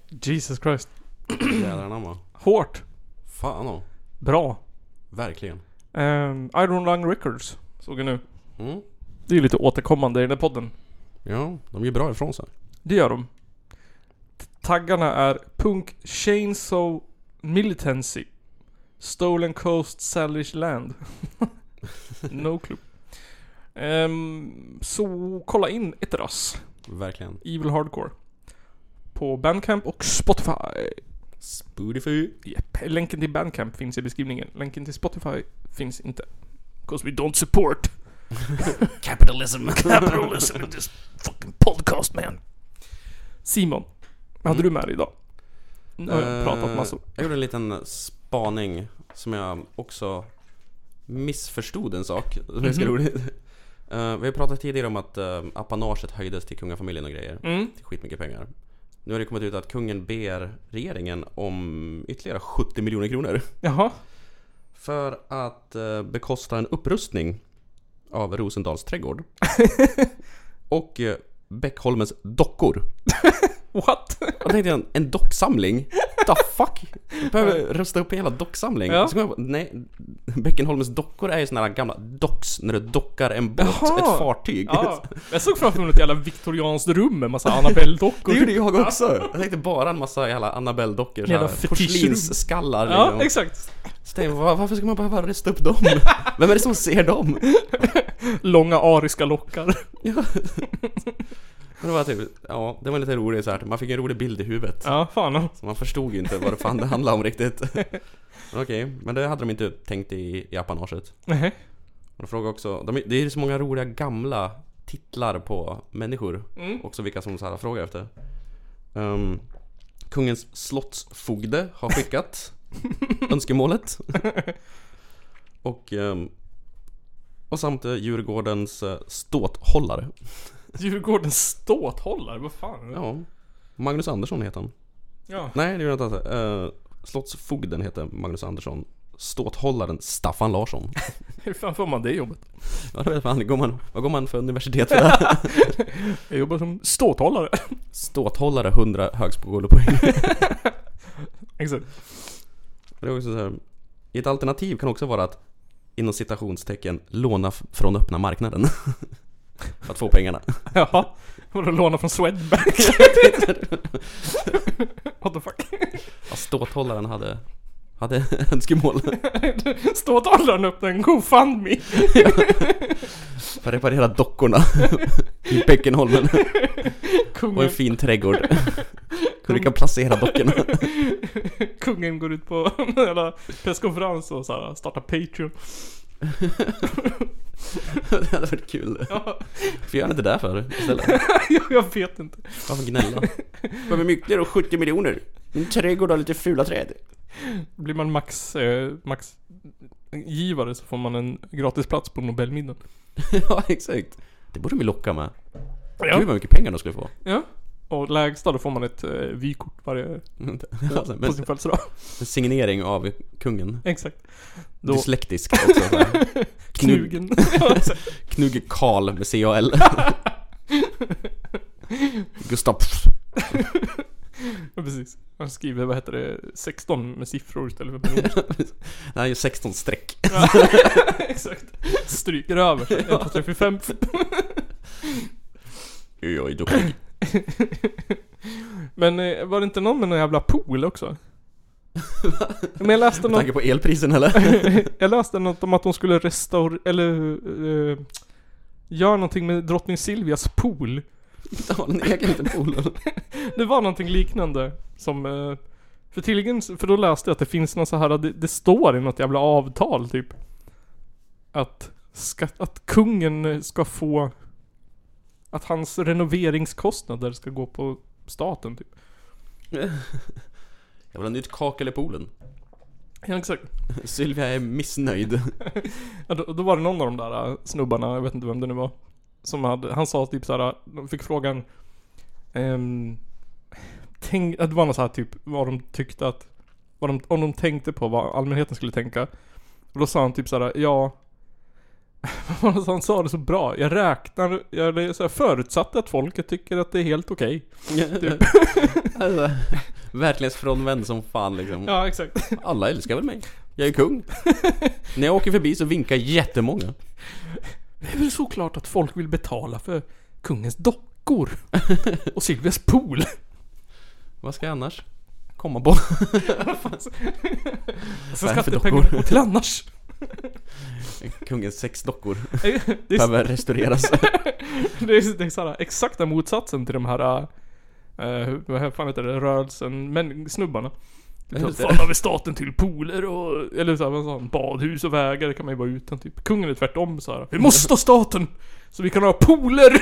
Jesus Christ.
Jädrar anamma.
Hårt.
Fan också.
Bra.
Verkligen.
Ehm, Iron Lung Records. Såg jag nu.
Mm.
Det är lite återkommande i den här podden.
Ja, de gör bra ifrån sig.
Det gör de. Taggarna är Punk Chainsaw Militancy. Stolen Coast Salvage Land. no clue. Ehm, så kolla in Eteras.
Verkligen.
Evil Hardcore. På Bandcamp och Spotify.
Spotify.
Japp, Länken till Bandcamp finns i beskrivningen. Länken till Spotify finns inte. 'Cause we don't support capitalism. Capitalism in this fucking podcast man. Simon, vad hade du med dig idag? Nu har jag pratat
Eh,
massor.
Jag gjorde en liten spaning som jag också missförstod en sak. Som är ganska
Mhm.
roligt. Eh, vi har pratat tidigare om att uh, apanaget höjdes till kungafamiljen och grejer.
Mm.
Till skitmycket pengar. Nu har det kommit ut att kungen ber regeringen om ytterligare 70 miljoner kronor.
Jaha.
För att eh, bekosta en upprustning av Rosendals trädgård. och eh, Beckholmens dockor.
What?
Och tänkte jag, en docksamling? The fuck? Jag behöver rusta upp en jävla docksamling.
Ja.
Så kom jag på, nej, Bäckenholmens dockor är ju såna här gamla docks när du dockar en båt,
Jaha.
ett fartyg.
Ja, jag såg framför mig något jävla viktorianskt rum med massa Annabelle-dockor.
Det gjorde jag också! Jag tänkte bara en massa jävla Annabelle-dockor,
Jävla
såhär
fetischrum.
porslinsskallar
Ja,
liksom.
exakt.
Så tänkte jag, "Va- varför ska man behöva rusta upp dem? Vem är det som ser dem?
Långa ariska lockar.
Ja. Men det var typ, ja, det var lite roligt såhär, man fick en rolig bild i huvudet.
Ja, fan.
Så man förstod ju inte vad det fan det handlade om riktigt. Men Okej, men det hade de inte tänkt i, i appanaget.
Nej.
Och fråga också, de, det är ju så många roliga gamla titlar på människor. Också vilka som så här frågar efter. Ehm, kungens slottsfogde har skickat önskemålet. och, ehm, och samt eh, Djurgårdens eh, ståthållare.
Djurgårdens ståthållare, vad fan? Ja.
Ja, Magnus Andersson heter han.
Ja.
Nej, det gör han inte. Uh, slottsfogden heter Magnus Andersson. Ståthållaren Staffan Larsson.
Hur fan får man det jobbet?
Ja, det vet fan. Går man, vad går man för universitet för det?
Jag jobbar som ståthållare.
Ståthållare 100 högskolepoäng.
Exakt.
Det är också så här, ett alternativ kan också vara att inom citationstecken låna f- från öppna marknaden. För att få pengarna.
Jaha. Vadå låna från Swedbank? What the fuck?
Ja, ståthållaren hade, hade önskemål
Ståthållaren öppnade en GoFundMe.
för att reparera dockorna i Bäckenholmen och
Kungen,
en fin trädgård. Hur du kan placera dockorna.
kungen går ut på en jävla presskonferens och så här, startar Patreon.
Det hade varit kul. Varför gör han inte det för istället?
Jag- Jag vet inte.
Varför gnälla? Behöver mycket då? 70 miljoner? Min trädgård har lite fula träd.
Blir man max, eh, max givare så får man en gratisplats på Nobelmiddagen.
Ja, exakt. Det borde de ju locka med.
Ja.
Gud vad mycket pengar de skulle få.
Ja. Och lägsta då får man ett eh, vykort varje,
Alltså, men-
på sin födelsedag.
En signering av kungen.
Exakt. Då,
Dyslektisk också. så här. Knug,
knugen.
knugge Karl med C-A-L. Gustav.
Ja, precis. Han skriver, vad heter det, 16 med siffror istället för med ord.
Det här är ju 16 streck.
Exakt. Stryker över. så 1, 2, 3, 4, 5.
Jag är duktig.
Men eh, var det inte någon med någon jävla pool också? Men jag läste
Med
något,
tanke på elprisen eller?
jag läste något om att de skulle restaurera, eller eh, göra någonting med drottning Silvias pool.
Inte har en egen liten pool.
Det var någonting liknande som... eh, För tydligen, för då läste jag att det finns någon så här, det, det står i något jävla avtal typ. Att, ska, att kungen ska få... Att hans renoveringskostnader ska gå på staten typ.
Jag vill ha nytt kakel i poolen.
Ja exakt.
Sylvia är missnöjd.
Ja, då, då var det någon av de där eh, snubbarna, jag vet inte vem det nu var. Som hade, han sa typ såhär, de fick frågan... ehm, tänk, att det var något så här typ vad de tyckte att... Vad de, om de tänkte på vad allmänheten skulle tänka. Och då sa han typ såhär, ja... vad var det han sa det så bra. Jag räknar, jag eller så här, förutsatte att folket tycker att det är helt okej.
Alltså, Typ. Verklighetsfrånvänd som fan liksom.
Ja, exakt.
Alla älskar väl mig. Jag är kung. När jag åker förbi så vinkar jättemånga.
Det är väl såklart att folk vill betala för kungens docka. dockor. Och Silvias pool.
Vad ska jag annars?
Komma på. Sen
Vad är det för
skattepengarna
dockor?
gå till annars.
Kungens sex dockor
Det är,
behöver restaureras.
det är, det är såhär, exakta motsatsen till de här, eh, vad fan heter det, rörelsen, men snubbarna.
vet
Fan har vi staten till pooler och, eller såhär, vad sa han? badhus och vägar, det kan man ju vara utan typ. Kungen är tvärtom såhär, vi måste ha staten! Så vi kan ha pooler!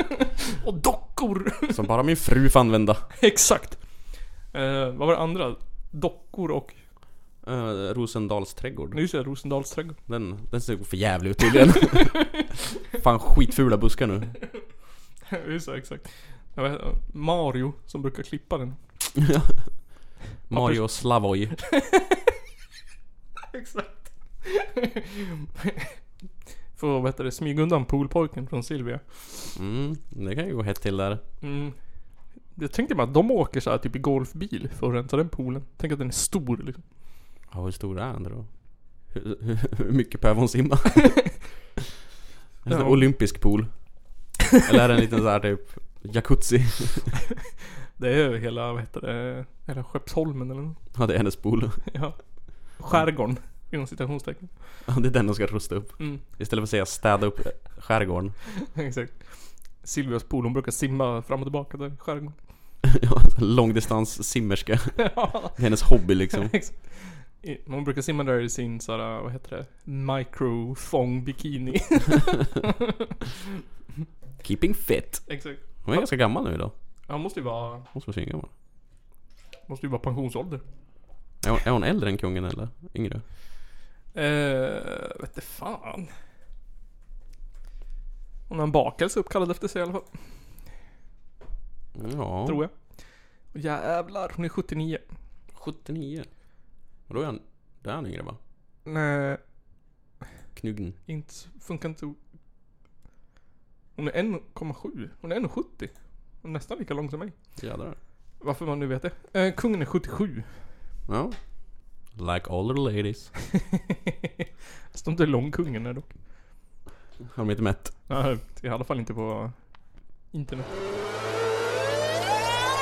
och dockor!
Som bara min fru får använda.
Exakt! Eh, vad var det andra? Dockor och,
Eh, Rosendals trädgård.
nu säger jag Rosendals trädgård.
Den, den ser för jävligt ut tydligen. Fan skitfula buskar nu.
Just det, exakt. Jag vet, Mario som brukar klippa den.
Mario Slavoj.
Exakt. Får vad heter det, smyga undan poolpojken från Silvia.
Mm, det kan ju gå hett till där.
Mm. Jag tänkte bara att de åker så här typ i golfbil för att rensa den poolen. Tänk att den är stor liksom.
Ja, hur stor är han då? Hur, hur, hur mycket behöver hon simma? en sån
Ja.
olympisk pool. Eller är det en liten sån här typ jacuzzi?
Det är över hela, vad heter det, hela Skeppsholmen eller något.
Ja, det är hennes pool.
Ja. Skärgården. Inom citationstecken.
Ja, det är den hon ska rusta upp.
Mm.
Istället för att säga städa upp skärgården.
Exakt. Silvias pool, hon brukar simma fram och tillbaka där i skärgården.
Ja, långdistans simmerska.
Ja,
Det är hennes hobby liksom.
exakt. I- Hon brukar simma där i sin såhär, vad heter det, microfong bikini.
Keeping fit.
Exakt.
Hon är ganska gammal nu idag.
Ja, Hon måste ju vara,
Måste vara svingammal.
måste ju vara pensionsålder.
Är hon, är hon äldre än kungen eller? Yngre?
Eh, vet du fan. Hon har en bakelse uppkallad efter sig i alla fall,
Ja.
tror jag. Och jävlar, hon är 79.
79. Och då är han... Då är han yngre va?
Nej,
Knuggen.
inte, funkar inte. Hon är 1,7. Hon är 1,70. Hon är nästan lika lång som mig.
Jädrar.
Varför man nu vet det. Eh, kungen är 77.
Ja. Like all the ladies.
Fast de inte är lång kungen är dock.
Har de inte mätt?
Nej, I alla fall inte på internet.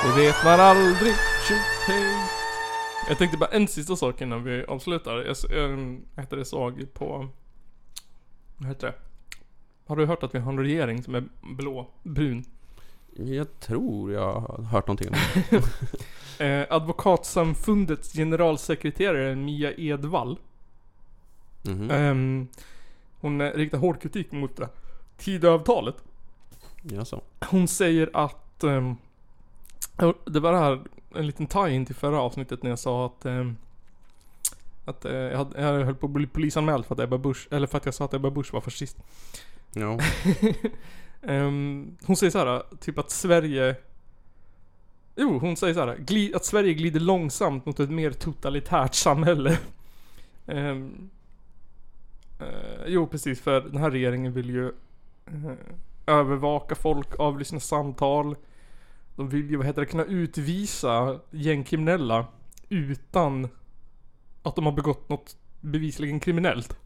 Det vet man aldrig. Tjuhej. Jag tänkte bara en sista sak innan vi avslutar. Jag, s- ehm, vad heter det, såg på... Vad heter det? Har du hört att vi har en regering som är blå, brun?
Jag tror jag har hört någonting om
Eh, Advokatsamfundets generalsekreterare Mia Edvall.
det. Mhm.
ehm, hon eh, riktar hård kritik mot det. Tidöavtalet.
Jaså.
Hon säger att... ehm, det var det här, en liten tie-in till förra avsnittet när jag sa att... ehm, att eh, jag, hade, jag höll på att bli polisanmäld för att Ebba Busch, eller för att jag sa att Ebba Busch var fascist.
Ja.
Ehm, hon säger så här, typ att Sverige... Jo, hon säger så här, gli, att Sverige glider långsamt mot ett mer totalitärt samhälle. Ehm, eh, jo, precis, för den här regeringen vill ju eh, övervaka folk, avlyssna samtal. De vill ju, vad heter det, kunna utvisa gängkriminella utan att de har begått något bevisligen kriminellt.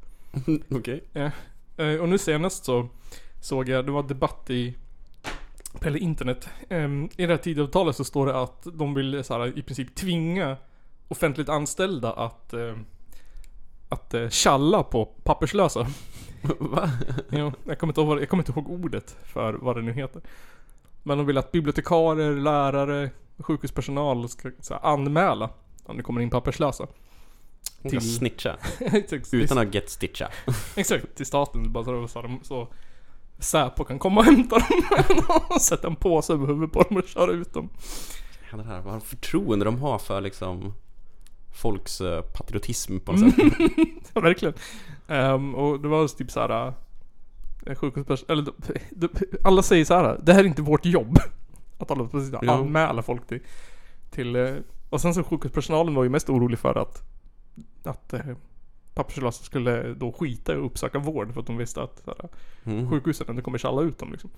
Okej.
Eh, och nu senast så såg jag, det var debatt i eller internet. Ehm, I det här Tidöavtalet så står det att de vill så här, i princip tvinga offentligt anställda att eh, att eh, tjalla på papperslösa.
Va?
Jo, jag, kommer inte ihåg, vad- jag kommer inte ihåg ordet för vad det nu heter. Men de vill att bibliotekarier, lärare, sjukhuspersonal ska så här, anmäla om det kommer in papperslösa.
Hon ska
Till-
snitcha.
Exakt.
Utan att get stitcha.
Exakt, till staten. Bara så, så, så Säpo kan komma och hämta dem. och sätta en påse över huvudet på dem och köra ut dem.
Ja, det här, vad förtroende de har för liksom folks eh, patriotism på något sätt.
Ja, verkligen. Ehm, och det var typ såhär... eh, Sjukhusperson... Eller de, de, alla säger så här. Det här är inte vårt jobb. Att alla precis
Ja.
anmäla folk till... till eh, och sen så sjukhuspersonalen var ju mest orolig för att... Att eh, papperslösa skulle då skita i att uppsöka vård för att de visste att så här,
Mm.
sjukhusen inte kommer tjalla ut dem liksom.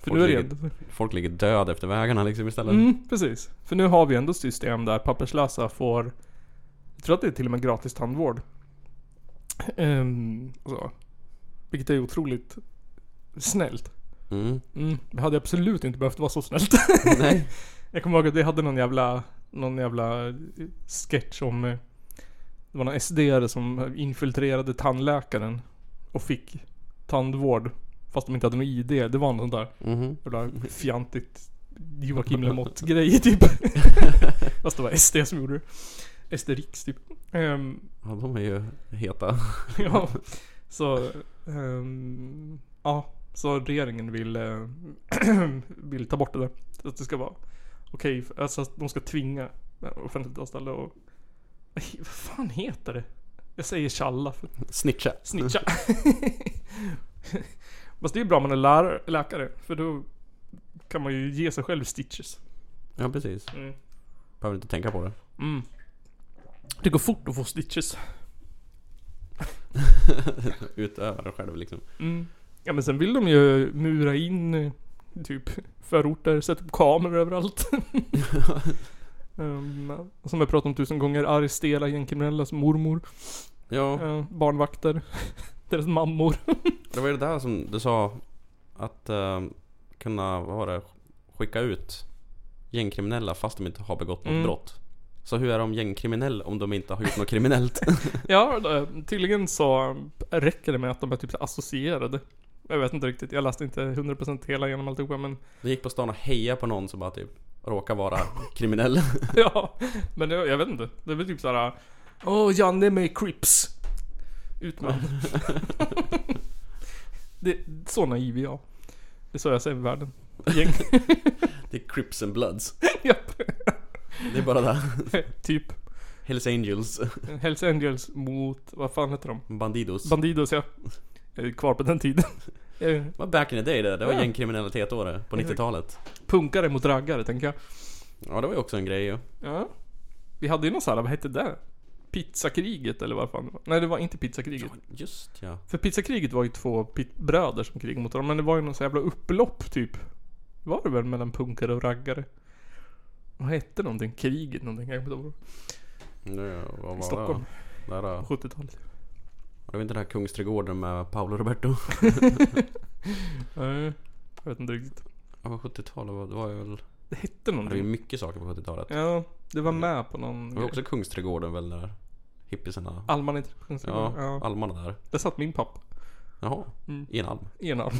För
Folk
nu är det
ligger-
ändå-
Folk ligger död efter vägarna liksom istället.
Mm, precis. För nu har vi ändå ett system där papperslösa får... Jag tror att det är till och med gratis tandvård. alltså, Ehm, och så. Vilket är otroligt snällt.
Mm.
Mm, det hade absolut inte behövt vara så snällt.
Nej.
Jag kommer ihåg att vi hade någon jävla, någon jävla sketch om... eh, Det var någon SDare som infiltrerade tandläkaren och fick tandvård. Fast de inte hade någon ID. Det var någon sån där
Mhm.
jävla fjantigt Joakim Lamotte-grej typ. Fast det var SD som gjorde det. SD Riks typ. Ehm,
Ja, de är ju heta.
ja, så... ehm, ja, så regeringen vill, eh, vill ta bort det där. Så Att det ska vara okej, för- alltså att de ska tvinga offentligt anställda och... Vad he- Vad fan heter det? Jag säger tjalla för
Snitcha.
snitcha. Fast det är bra om man är lärare, läkare, för då kan man ju ge sig själv stitches.
Ja, precis.
Mm.
Behöver inte tänka på det.
Mm. Det går fort att få stitches.
Utöva det själv liksom.
Mm. Ja men sen vill de ju mura in eh, typ förorter, sätta upp kameror överallt. um, som jag pratat om tusen gånger, arrestera gängkriminellas mormor,
Ja,
eh, barnvakter, deras mammor.
det var ju det där som du sa. Att eh, kunna, vad var det? Skicka ut gängkriminella fast de inte har begått något
Mm.
brott. Så hur är de gängkriminell om de inte har gjort något kriminellt?
ja, eh, tydligen så eh, räcker det med att de är typ associerade. Jag vet inte riktigt, jag läste inte 100% hela genom alltihopa men
De gick på stan och hejade på någon som bara typ råkar vara kriminell.
ja, men jag, jag vet inte. Det är väl typ såhär, Åh Janne med Crips. Ut med honom." det, Så naiv är jag. Det är så jag ser världen. Gäng.
Det är Crips and Bloods.
Japp.
Det är bara det.
typ.
Hells Angels.
Hells Angels mot, vad fan heter de?
Bandidos.
Bandidos ja. Jag är kvar på den tiden. Eh,
Det var back in the day det. Det var
Ja.
gängkriminalitet då det. På 90-talet.
Punkare mot raggare tänker jag.
Ja det var ju också en grej ju.
Ja. Vi hade ju någon sån här, vad hette det? Pizzakriget eller vad fan det var. Nej det var inte pizzakriget.
Just ja.
För pizzakriget var ju två pit- bröder som krigade mot varandra, men det var ju någon sån jävla upplopp typ. Var det väl mellan punkare och raggare? Vad hette någonting? Kriget någonting? Jag kommer inte ihåg.
Nu, vad
I
var
Stockholm.
det? Där,
På
ja.
70-talet.
det var inte den här Kungsträdgården med Paolo Roberto.
Nej, jag vet inte riktigt.
Ja men 70-talet var, det var ju väl...
Det hette
Det var ju
någonting.
mycket saker på 70-talet.
Ja, det var med på någon
Det var
grej.
också Kungsträdgården väl där hippisarna...
Alman International.
Ja,
Ja. ja.
almarna där.
Där satt min pappa.
Jaha.
Mm.
I en alm.
I en arm.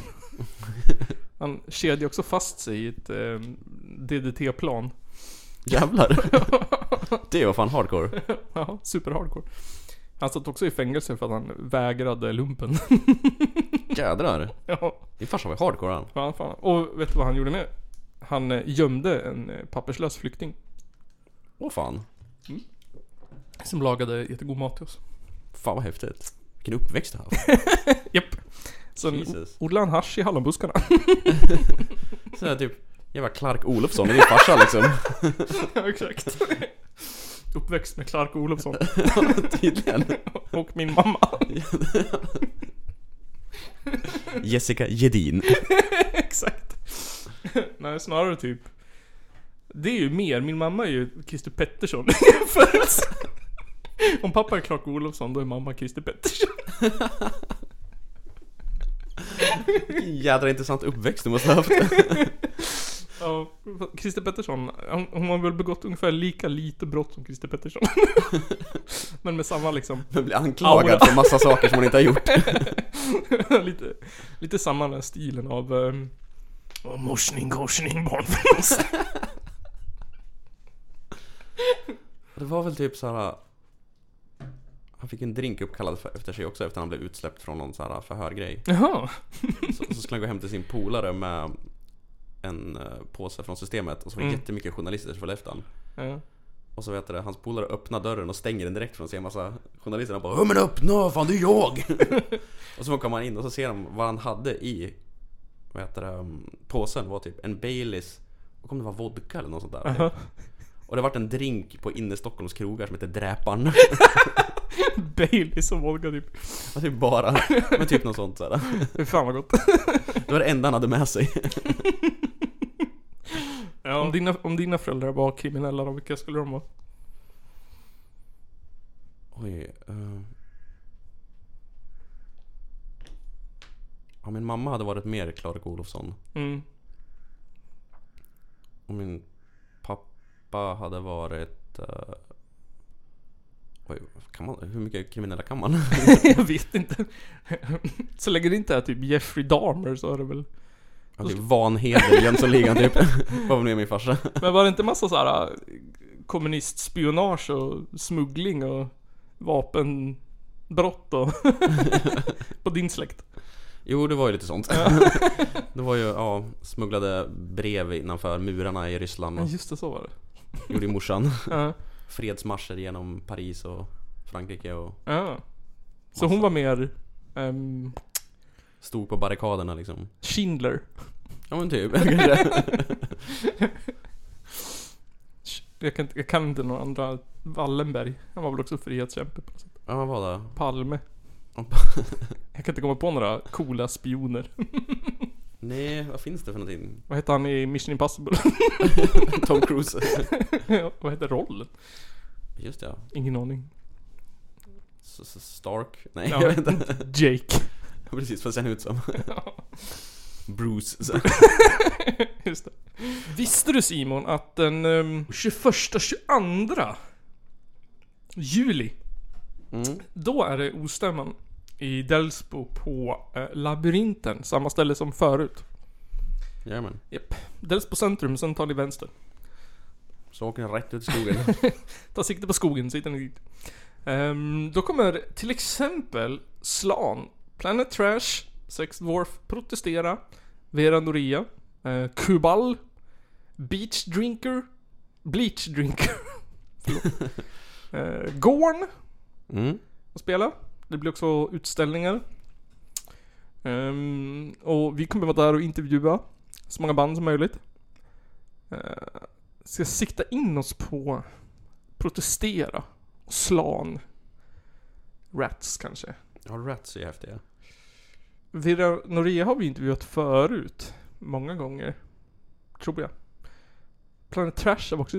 Han kedjade också fast sig i ett eh, DDT-plan.
Jävlar. det var fan hardcore.
Ja, superhardcore. Han satt också i fängelse för att han vägrade lumpen.
Jädrar.
ja.
Din farsa var ju hardcore han.
Fan, fan. Och vet du vad han gjorde med? Han eh, gömde en eh, papperslös flykting.
Åh fan.
Som lagade jättegod mat till oss.
Fan vad häftigt. Vilken uppväxt du har haft.
Japp. Sen
Jesus.
odlade han hasch i hallonbuskarna.
Sådär typ jävla Clark Olofsson i din farsa liksom.
ja, exakt. Uppväxt med Clark Olofsson.
Tydligen.
Och min mamma.
Jessica Gedin.
Mm. exakt. Nej, snarare typ. Det är ju mer. Min mamma är ju Christer Pettersson i jämförelse. Om pappa är Clark Olofsson, då är mamma Christer Pettersson.
Vilken jädra intressant uppväxt du måste ha haft.
Ja, Christer Pettersson, hon, hon har väl begått ungefär lika lite brott som Christer Pettersson. Men med samma liksom,
Men blir anklagad
Aura.
för massa saker som hon inte har gjort.
lite, lite samma den här stilen av... Um, morsning, korsning, barnförlust.
Det var väl typ såhär... Han fick en drink uppkallad för- efter sig också efter han blev utsläppt från någon såhär förhörgrej.
Jaha.
Så, så skulle han gå hem till sin polare med en eh, påse från systemet och så var det
Mm.
jättemycket journalister som följde efter honom.
Ja.
Och så vet du det, hans polare öppnar dörren och stänger den direkt från sig en massa journalister. Han bara "Ja, men öppna, fan det är jag! och så kommer han in och så ser de vad han hade i vad heter det, um, påsen var typ en Baileys, och kommer det vara vodka eller något sånt där.
Jaha.
Och det vart en drink på innerstockholms krogar som heter Dräparen.
Baileys och vodka typ.
Och typ bara, men typ något sånt sådär.
Fy fan vad gott.
Det var det enda han hade med sig.
Om, dina, om dina föräldrar var kriminella då, vilka skulle de vara?
Oj. eh. Ja om min mamma hade varit mer Clark Olofsson
Mm.
och min pappa hade varit... eh, oj, kan man, hur mycket kriminella kan man?
Jag vet inte. Så länge det inte är typ Jeffrey Dahmer så är det väl.
Okej, vanheder i Jönssonligan typ. Vad var nu min farsa?
Men var det inte massa så här äh, kommunistspionage och smuggling och vapenbrott och på din släkt?
Jo, det var ju lite sånt. det var ju, ja, smugglade brev innanför murarna i Ryssland
Ja,
och
just det, så var det.
gjorde ju morsan.
Ja.
Fredsmarscher genom Paris och Frankrike och
Ja. Så hon var mer ehm,
stod på barrikaderna liksom.
Schindler.
Ja men typ. kanske.
Jag kan, inte- jag kan inte några andra. Wallenberg. Han var väl också frihetskämpe på något sätt.
ja, vad var det?
Palme.
Ja,
Jag kan inte komma på några coola spioner.
Nej, vad finns det för någonting?
Vad hette han i Mission Impossible?
Tom Cruise.
Ja, Vad hette rollen?
Just det, ja.
Ingen aning.
S- s- Stark? Nej,
Ja.
jag vet inte.
Jake.
Precis vad ser han ut som? Bruce. Så.
Just det. Visste du Simon att den um, 21-22 juli,
Mm.
då är det ostämman i Delsbo på eh, Labyrinten, samma ställe som förut.
Jajamän.
Japp. Delsbo centrum, sen tar ni vänster.
Så åker den rätt ut i skogen.
Ta sikte på skogen, så hittar ni dit. Ehm, då kommer till exempel Slan, Planet Trash, Sex Dwarf, Protestera, Vera Noria, eh, Kubal, Beach Drinker, Bleach Drinker, Förlåt. eh, Gorn
Mm.
att spela. Det blir också utställningar. Ehm, och vi kommer vara där och intervjua så många band som möjligt. Uh, ska sikta in oss på protestera och slan. Rats kanske.
Ja, Rats är ju häftiga.
Vera Norea har vi intervjuat förut. Många gånger. Tror jag. Planet Trash har vi också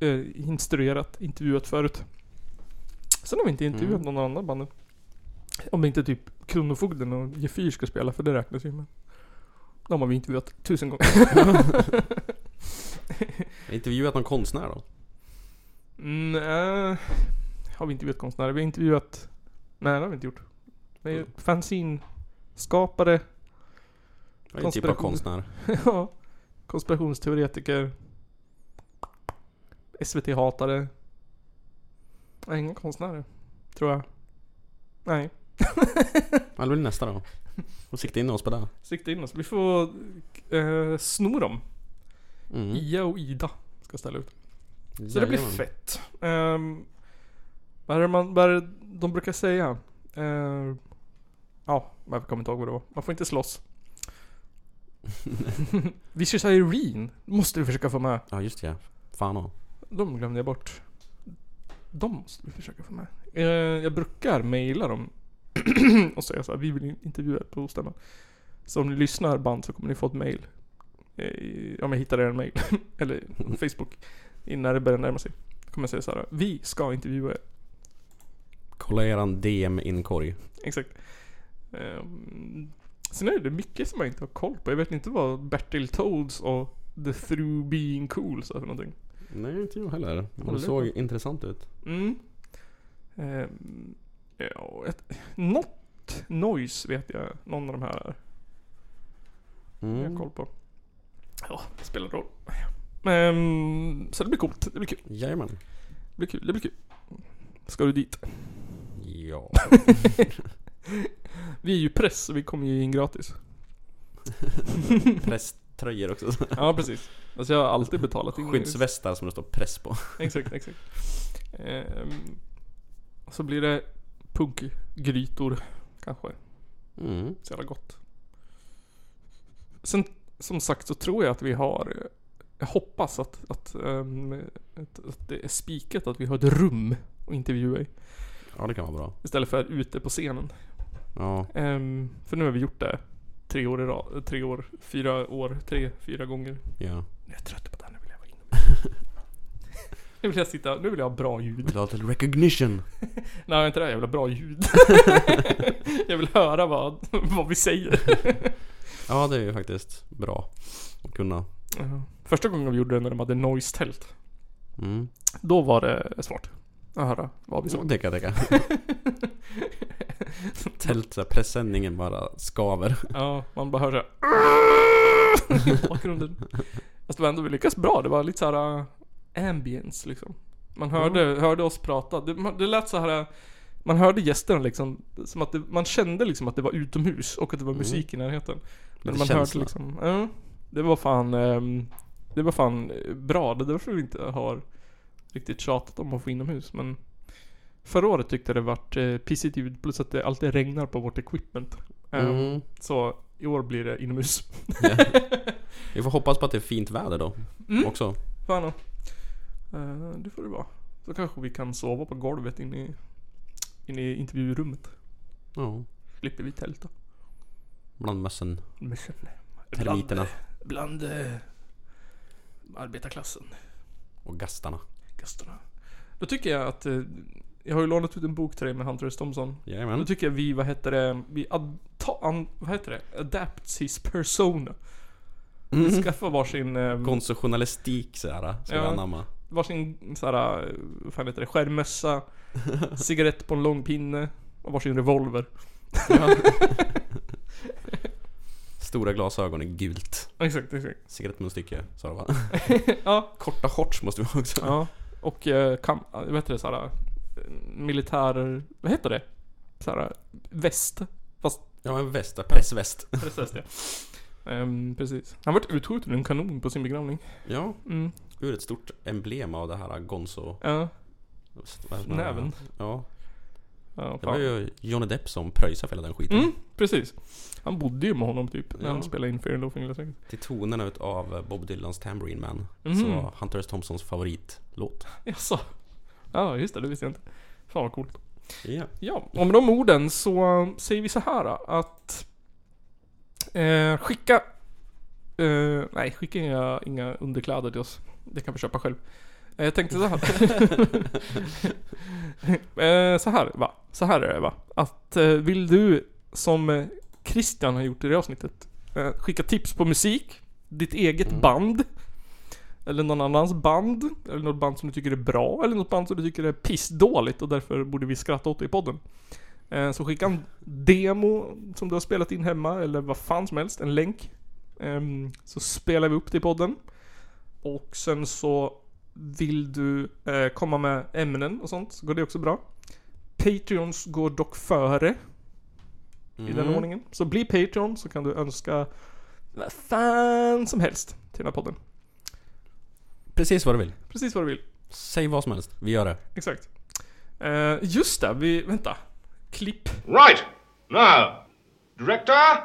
eh, instruerat, intervjuat förut. Sen har vi inte intervjuat
Mm.
någon annan band. Om inte typ Kronofogden och Gefyr ska spela, för det räknas ju men. De har vi intervjuat tusen gånger.
Jag har intervjuat någon konstnär då?
Mm, eh, har vi intervjuat konstnärer? Vi har intervjuat... Nej, det har vi inte gjort. Det är ju
Mm.
fanzine-skapare,
Jag är en typ av
Konspiration.
konstnär.
Ja. Konspirationsteoretiker. SVT-hatare. Nej, inga konstnärer. Tror jag. Nej.
Ja, det blir nästa då. Och sikta in oss på det.
Sikta in oss. Vi får eh, sno dem.
Mm.
Ia och Ida ska ställa ut. Så det blir
Jajamän.
fett. Ehm, vad är det man, vad är det de brukar säga? Ehm, ja, jag kommer inte ihåg vad det var. Man får inte slåss. Vicious Irene måste vi försöka få med.
Ja, just det. Fan också.
De glömde jag bort. De måste vi försöka få med. Eh, jag brukar mejla dem och säga så här, vi vill intervjua på ostämman. Så om ni lyssnar band så kommer ni få ett mejl. Eh, om jag hittar er en mejl. Eller Facebook. Innan det börjar närma sig. Då kommer jag säga så här, vi ska intervjua er.
Kolla eran DM-inkorg.
Exakt. Eh, sen är det mycket som jag inte har koll på. Jag vet inte vad Bertil Toads och The Through Being Cool sa för någonting.
Nej, inte jag heller. Men
Håller
det
du
såg
på?
intressant ut.
Mm. Ehm, ja, ett, något noise vet jag någon av de här är. Jag har
Mm.
koll på. Ja, det spelar roll. Ehm, så det blir coolt. Det blir kul.
Jajamän.
Det blir kul. Det blir kul. Ska du dit?
Ja.
Vi är ju press så vi kommer ju in gratis.
Presströjor också.
Ja, precis. Alltså jag har alltid betalat in.
Skyddsvästar som det står press på.
Exakt, exakt. Ehm, och så blir det punkgrytor kanske.
Mm.
Så jävla gott. Sen som sagt så tror jag att vi har eh, Jag hoppas att, att, ehm, att, att det är spikat att vi har ett rum att intervjua i.
Ja, det kan vara bra.
Istället för ute på scenen.
Ja.
Ehm, för nu har vi gjort det tre år i rad, eh, tre år, fyra år, tre, fyra gånger.
ja.
Jag är trött på det här, nu vill jag vara inomhus. nu vill jag sitta, nu vill jag ha bra ljud.
Vill du ha lite recognition?
Nej, inte det här jävla bra ljud. Jag vill höra vad, vad vi säger.
Ja, det är ju faktiskt bra att kunna.
Första gången vi gjorde det när de hade noise-tält.
Mm.
Då var det svårt att höra vad vi sa.
Deka, deka. Tält, så här, presenningen bara skaver.
Ja, man bara hör såhär i bakgrunden. Fast det var ändå vi lyckas bra. Det var lite såhär uh, ambience liksom. Man hörde, hörde oss prata. Det, man- det lät så här. uh, Man hörde gästerna liksom. Som att det, man kände liksom att det var utomhus och att det var musik i närheten. Men
Lite
man
känsla.
hörde liksom. ja, det var fan. ehm, det var fan eh, bra. Det är därför vi inte har riktigt tjatat om att få inomhus. Men förra året tyckte jag det vart eh, pissigt ljud plus att det alltid regnar på vårt equipment. Ehm,
Mm.
så i år blir det inomhus.
Vi får hoppas på att det är fint väder då.
Mm.
Också.
Fan då. Eh, Det får det vara. Så kanske vi kan sova på golvet inne i, inne i intervjurummet.
Ja.
Slipper vi tälta.
Bland mössen,
Men-
termiterna
Bland, bland eh, arbetarklassen.
och gastarna.
Gästerna. Då tycker jag att... eh, Jag har ju lånat ut en bok till dig med Hunter S. Thompson. Då
Jajamän.
tycker jag vi, vad heter det, vi ad, ta, an, vad heter det? Adapts his persona. Vi
Mm.
skaffar varsin... ehm,
Konst och journalistik såhär, ska
Ja.
vi anamma.
varsin såhär, eh, vad fan heter det, skärmmössa, cigarett på en lång pinne och varsin revolver.
Stora glasögon är gult.
Exakt, exakt.
Cigarettmunstycke, sa du va?
Ja.
Korta shorts måste vi ha också.
Ja. Och eh, kam, eh, vad heter det såhär, eh, militär, vad heter det? Såhär, väst. Fast
Ja, en väst. där. Pressväst.
precis det. Ehm, precis. Han vart utskjuten ur en kanon på sin begravning.
Ja,
Mm.
ur ett stort emblem av det här gonzo...
Ja.
vad heter det?
Näven.
Ja.
Ja,
Det var
fan.
ju Johnny Depp som pröjsade för hela den skiten.
Mm, precis. Han bodde ju med honom typ, när
Ja.
han spelade in Fear and Loathing Las Vegas.
Till tonerna utav Bob Dylans Tambourine Man.
Mhm.
Som var Hunter S. Thompsons favoritlåt.
Jaså? Ja, just det. Det visste jag inte. Fan vad coolt.
Ja.
Ja, och med de orden så eh, säger vi så här då, att eh, skicka... Eh, nej, skicka inga, inga underkläder till oss. Det kan vi köpa själv. Eh, jag tänkte så här. eh, så här va? Så här är det va? Att eh, vill du, som eh, Christian har gjort i det avsnittet, eh, skicka tips på musik, ditt eget band, eller någon annans band, eller något band som du tycker är bra, eller något band som du tycker är pissdåligt och därför borde vi skratta åt det i podden. Eh, Så skicka en demo som du har spelat in hemma, eller vad fan som helst, en länk. Ehm, Så spelar vi upp det i podden. Och sen så vill du eh, komma med ämnen och sånt, så går det också bra. Patreons går dock före i den ordningen. Så bli Patreon så kan du önska vad fan som helst till den här podden.
Precis vad du vill.
Precis vad du vill.
Säg vad som helst. Vi gör det.
Exakt. Eh, just det, vi... Vänta. Klipp.
Right! Now, director,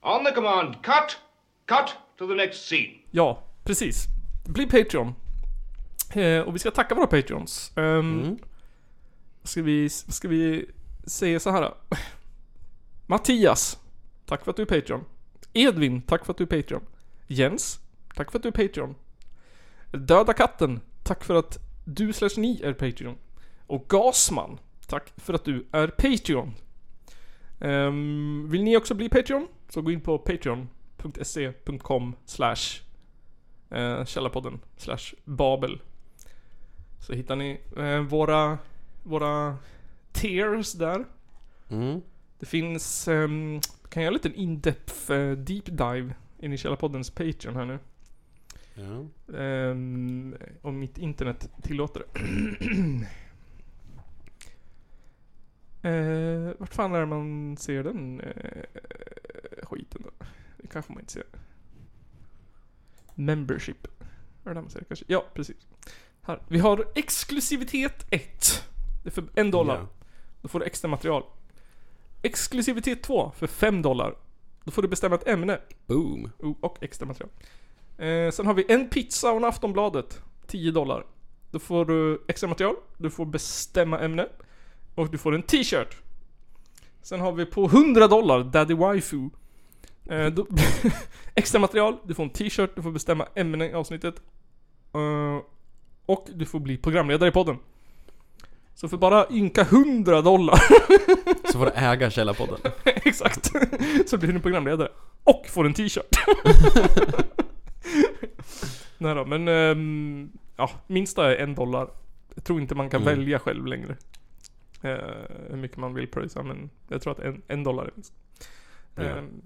on the command, cut! Cut to the next scene.
Ja, precis. Bli Patreon. Eh, och vi ska tacka våra Patreons. Ehm, ska, vi, ska vi säga så här då? Mattias, tack för att du är Patreon. Edvin, tack för att du är Patreon. Jens, tack för att du är Patreon. Döda katten, tack för att du slash ni är Patreon. Och Gasman, tack för att du är Patreon. Ehm, vill ni också bli Patreon? Så gå in på patreon.se.com slash eh, källarpodden slash babel. Så hittar ni eh, våra, våra tears där.
Mm.
Det finns, ehm, kan jag göra en liten in-depth eh, deep dive in i källarpoddens Patreon här nu?
Ja.
Ehm, om mitt internet tillåter det. uh, vart fan är det man ser den eh, skiten då? Det kanske man inte ser. Membership. Är det där man ser det kanske? Ja, precis. Här. Vi har exklusivitet 1. Det är för en dollar.
Ja.
Då får du extra material. Exklusivitet 2 för 5 dollar. Då får du bestämma ett ämne.
Boom.
O- Oh, och extra material. Eh, sen har vi en pizza och en Aftonbladet. 10 dollar. Då får du extra material, du får bestämma ämne och du får en t-shirt. Sen har vi på 100 dollar Daddy Waifu. Eh, då, extra material, du får en t-shirt, du får bestämma ämne i avsnittet. Eh, och du får bli programledare i podden. Så för bara ynka 100 dollar,
Så får du äga Källarpodden.
exakt, så blir du programledare. Och får en t-shirt. Nej då, men ehm, ja, minsta är en dollar. Jag tror inte man kan
Mm.
välja själv längre. Eh, hur mycket man vill pröjsa, men jag tror att en, en dollar är minst.
Ja.
Ehm,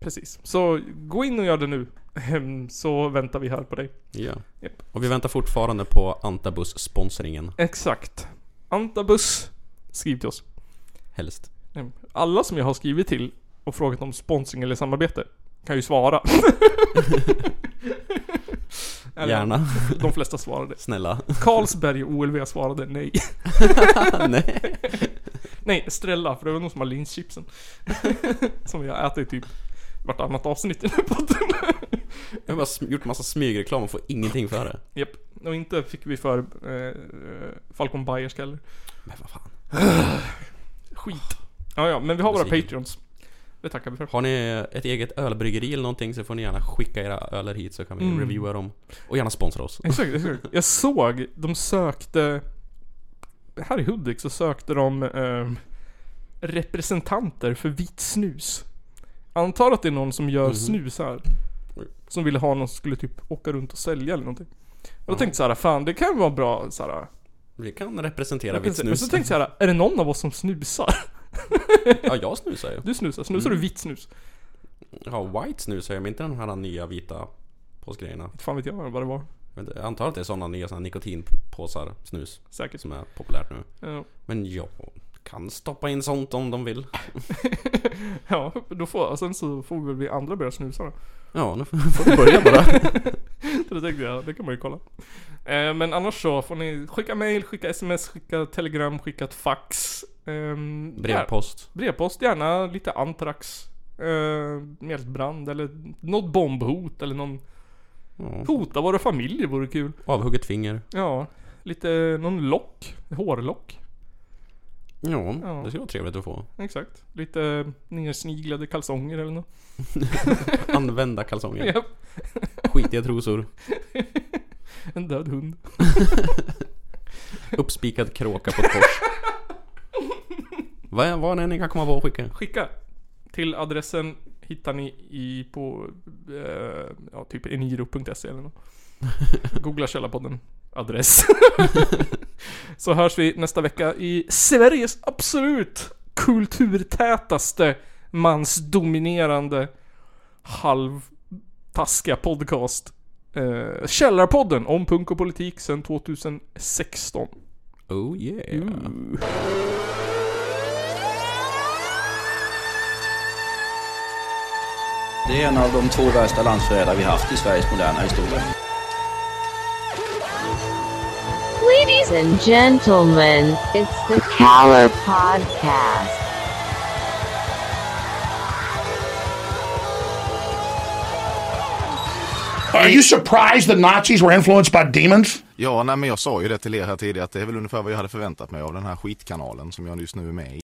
precis. Så gå in och gör det nu. Ehm, Så väntar vi här på dig.
Ja.
Japp.
Och vi väntar fortfarande på Antabus-sponsringen.
Exakt. Antabus, skriv till oss.
Helst.
Mm. Alla som jag har skrivit till och frågat om sponsring eller samarbete kan ju svara. Eller,
Gärna.
De flesta svarade.
Snälla.
Carlsberg och OLV svarade nej.
Nej.
Nej, Estrella, för det var någon som har linschipsen. som jag äter i typ vartannat avsnitt i den här podden.
Jag har bara sm- gjort massa smygreklam och får ingenting för det.
Japp. Och inte fick vi för eh, Falcon Bayersk heller.
Men vad fan.
Skit. Ja, ja, men vi har våra
Besviken.
Patreons. Det tackar vi för.
Har ni ett eget ölbryggeri eller någonting så får ni gärna skicka era öler hit så kan vi
Mm.
reviewa dem. Och gärna sponsra oss.
Exakt, exakt. Jag såg, de sökte... Här i Hudik så sökte de ehm, representanter för vitt snus. Antar att det är någon som gör
Mhm.
snus här.
Oj.
Som ville ha någon som skulle typ åka runt och sälja eller någonting. Och jag
Ja.
tänkte såhär, fan det kan ju vara bra såhär.
Vi kan representera
Men
vitt snus.
så tänkte jag såhär, är det någon av oss som snusar?
Ja, jag snusar ju.
Du snusar, snusar
Mm.
du vitt snus?
Ja, white snusar jag men inte den här nya vita påsgrejerna.
Inte fan vet jag vad det var.
Jag vet inte, Jag antar att det är sådana nya såna nikotinpåsar, snus,
Säkert.
som är populärt nu.
Ja.
Men jag kan stoppa in sånt om de vill.
Ja, då får, sen så får väl vi andra börja snusa då.
Ja, nu får vi börja bara.
Så det tänkte jag, det kan man ju kolla. Eh, men annars så får ni skicka mail, skicka sms, skicka telegram, skicka ett fax. Ehm, ja,
Brevpost.
brevpost, gärna lite antrax. Eh, mjältbrand eller något bombhot eller någon...
Ja.
Hota våra familjer vore kul.
Avhugget finger.
Ja, lite någon lock. Hårlock.
Ja,
Ja.
det skulle vara trevligt att få.
Exakt. Lite nersniglade kalsonger eller något.
Använda kalsonger.
Japp.
Skitiga trosor.
En död hund.
Uppspikad kråka på ett kors. Vad, vad är ni kan komma på att skicka?
Skicka. Till adressen hittar ni i på eh, ja, typ eniro.se eller något. Googla Källarpodden adress. Så hörs vi nästa vecka i Sveriges absolut kulturtätaste mansdominerande halvtaskiga podcast. Eh, Källarpodden om punk och politik sedan 2016.
Oh yeah.
Det är en av de två värsta landsförrädare vi haft i Sveriges moderna historia.
Ladies and gentlemen, it's the Caller Podcast.
Are you surprised the Nazis were influenced by demons?
Ja, nej, men jag sa ju det till er här tidigare att det är väl ungefär vad jag hade förväntat mig av den här skitkanalen som jag just nu är med i.